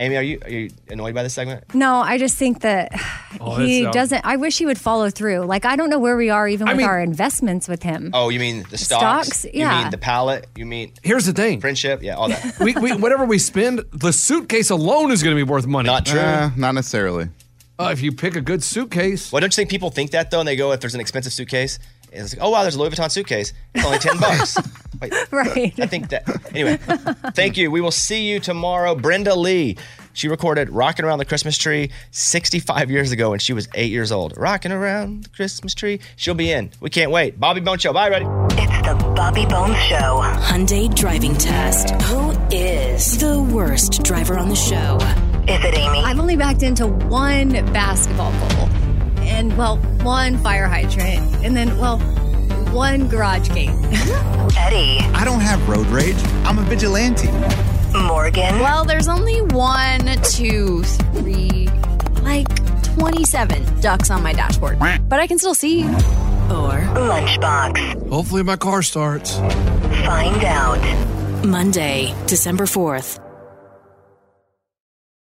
Speaker 3: Amy, are you are you annoyed by this segment?
Speaker 6: No, I just think that
Speaker 3: Oh,
Speaker 6: he
Speaker 3: that's, um,
Speaker 6: doesn't. I wish he would follow through. Like, I don't know where we are even
Speaker 3: I
Speaker 6: with
Speaker 3: mean-
Speaker 6: our investments with him.
Speaker 3: Oh, you mean the stocks?
Speaker 6: Stocks?
Speaker 3: You
Speaker 6: Yeah.
Speaker 3: mean the palette? You mean
Speaker 7: Here's the thing.
Speaker 3: friendship? Yeah, all that.
Speaker 7: we, we whatever we spend, the suitcase alone is going to be worth money.
Speaker 3: Not true. Uh,
Speaker 5: not necessarily.
Speaker 7: Uh, if you pick a good suitcase,
Speaker 3: well, don't you think people think that though? And they go, if there's an expensive suitcase, and it's like, oh wow, there's a Louis Vuitton suitcase. It's only ten bucks. Wait,
Speaker 6: right.
Speaker 3: I think that. Anyway, thank you. We will see you tomorrow. Brenda Lee. She recorded "Rocking Around the Christmas Tree" 65 years ago when she was eight years old. Rocking around the Christmas tree. She'll be in. We can't wait. Bobby Bone Show. Bye, ready.
Speaker 11: Bobby Bones Show. Hyundai driving test. Who is the worst driver on the show? Is it Amy?
Speaker 6: I've only backed into one basketball goal and, well, one fire hydrant and then, well, one garage gate.
Speaker 11: Eddie.
Speaker 5: I don't have road rage. I'm a vigilante.
Speaker 11: Morgan.
Speaker 17: Well, there's only one, two, three, like 27 ducks on my dashboard, but I can still see.
Speaker 11: Or Lunchbox.
Speaker 7: Hopefully, my car starts.
Speaker 11: Find out. Monday, December 4th.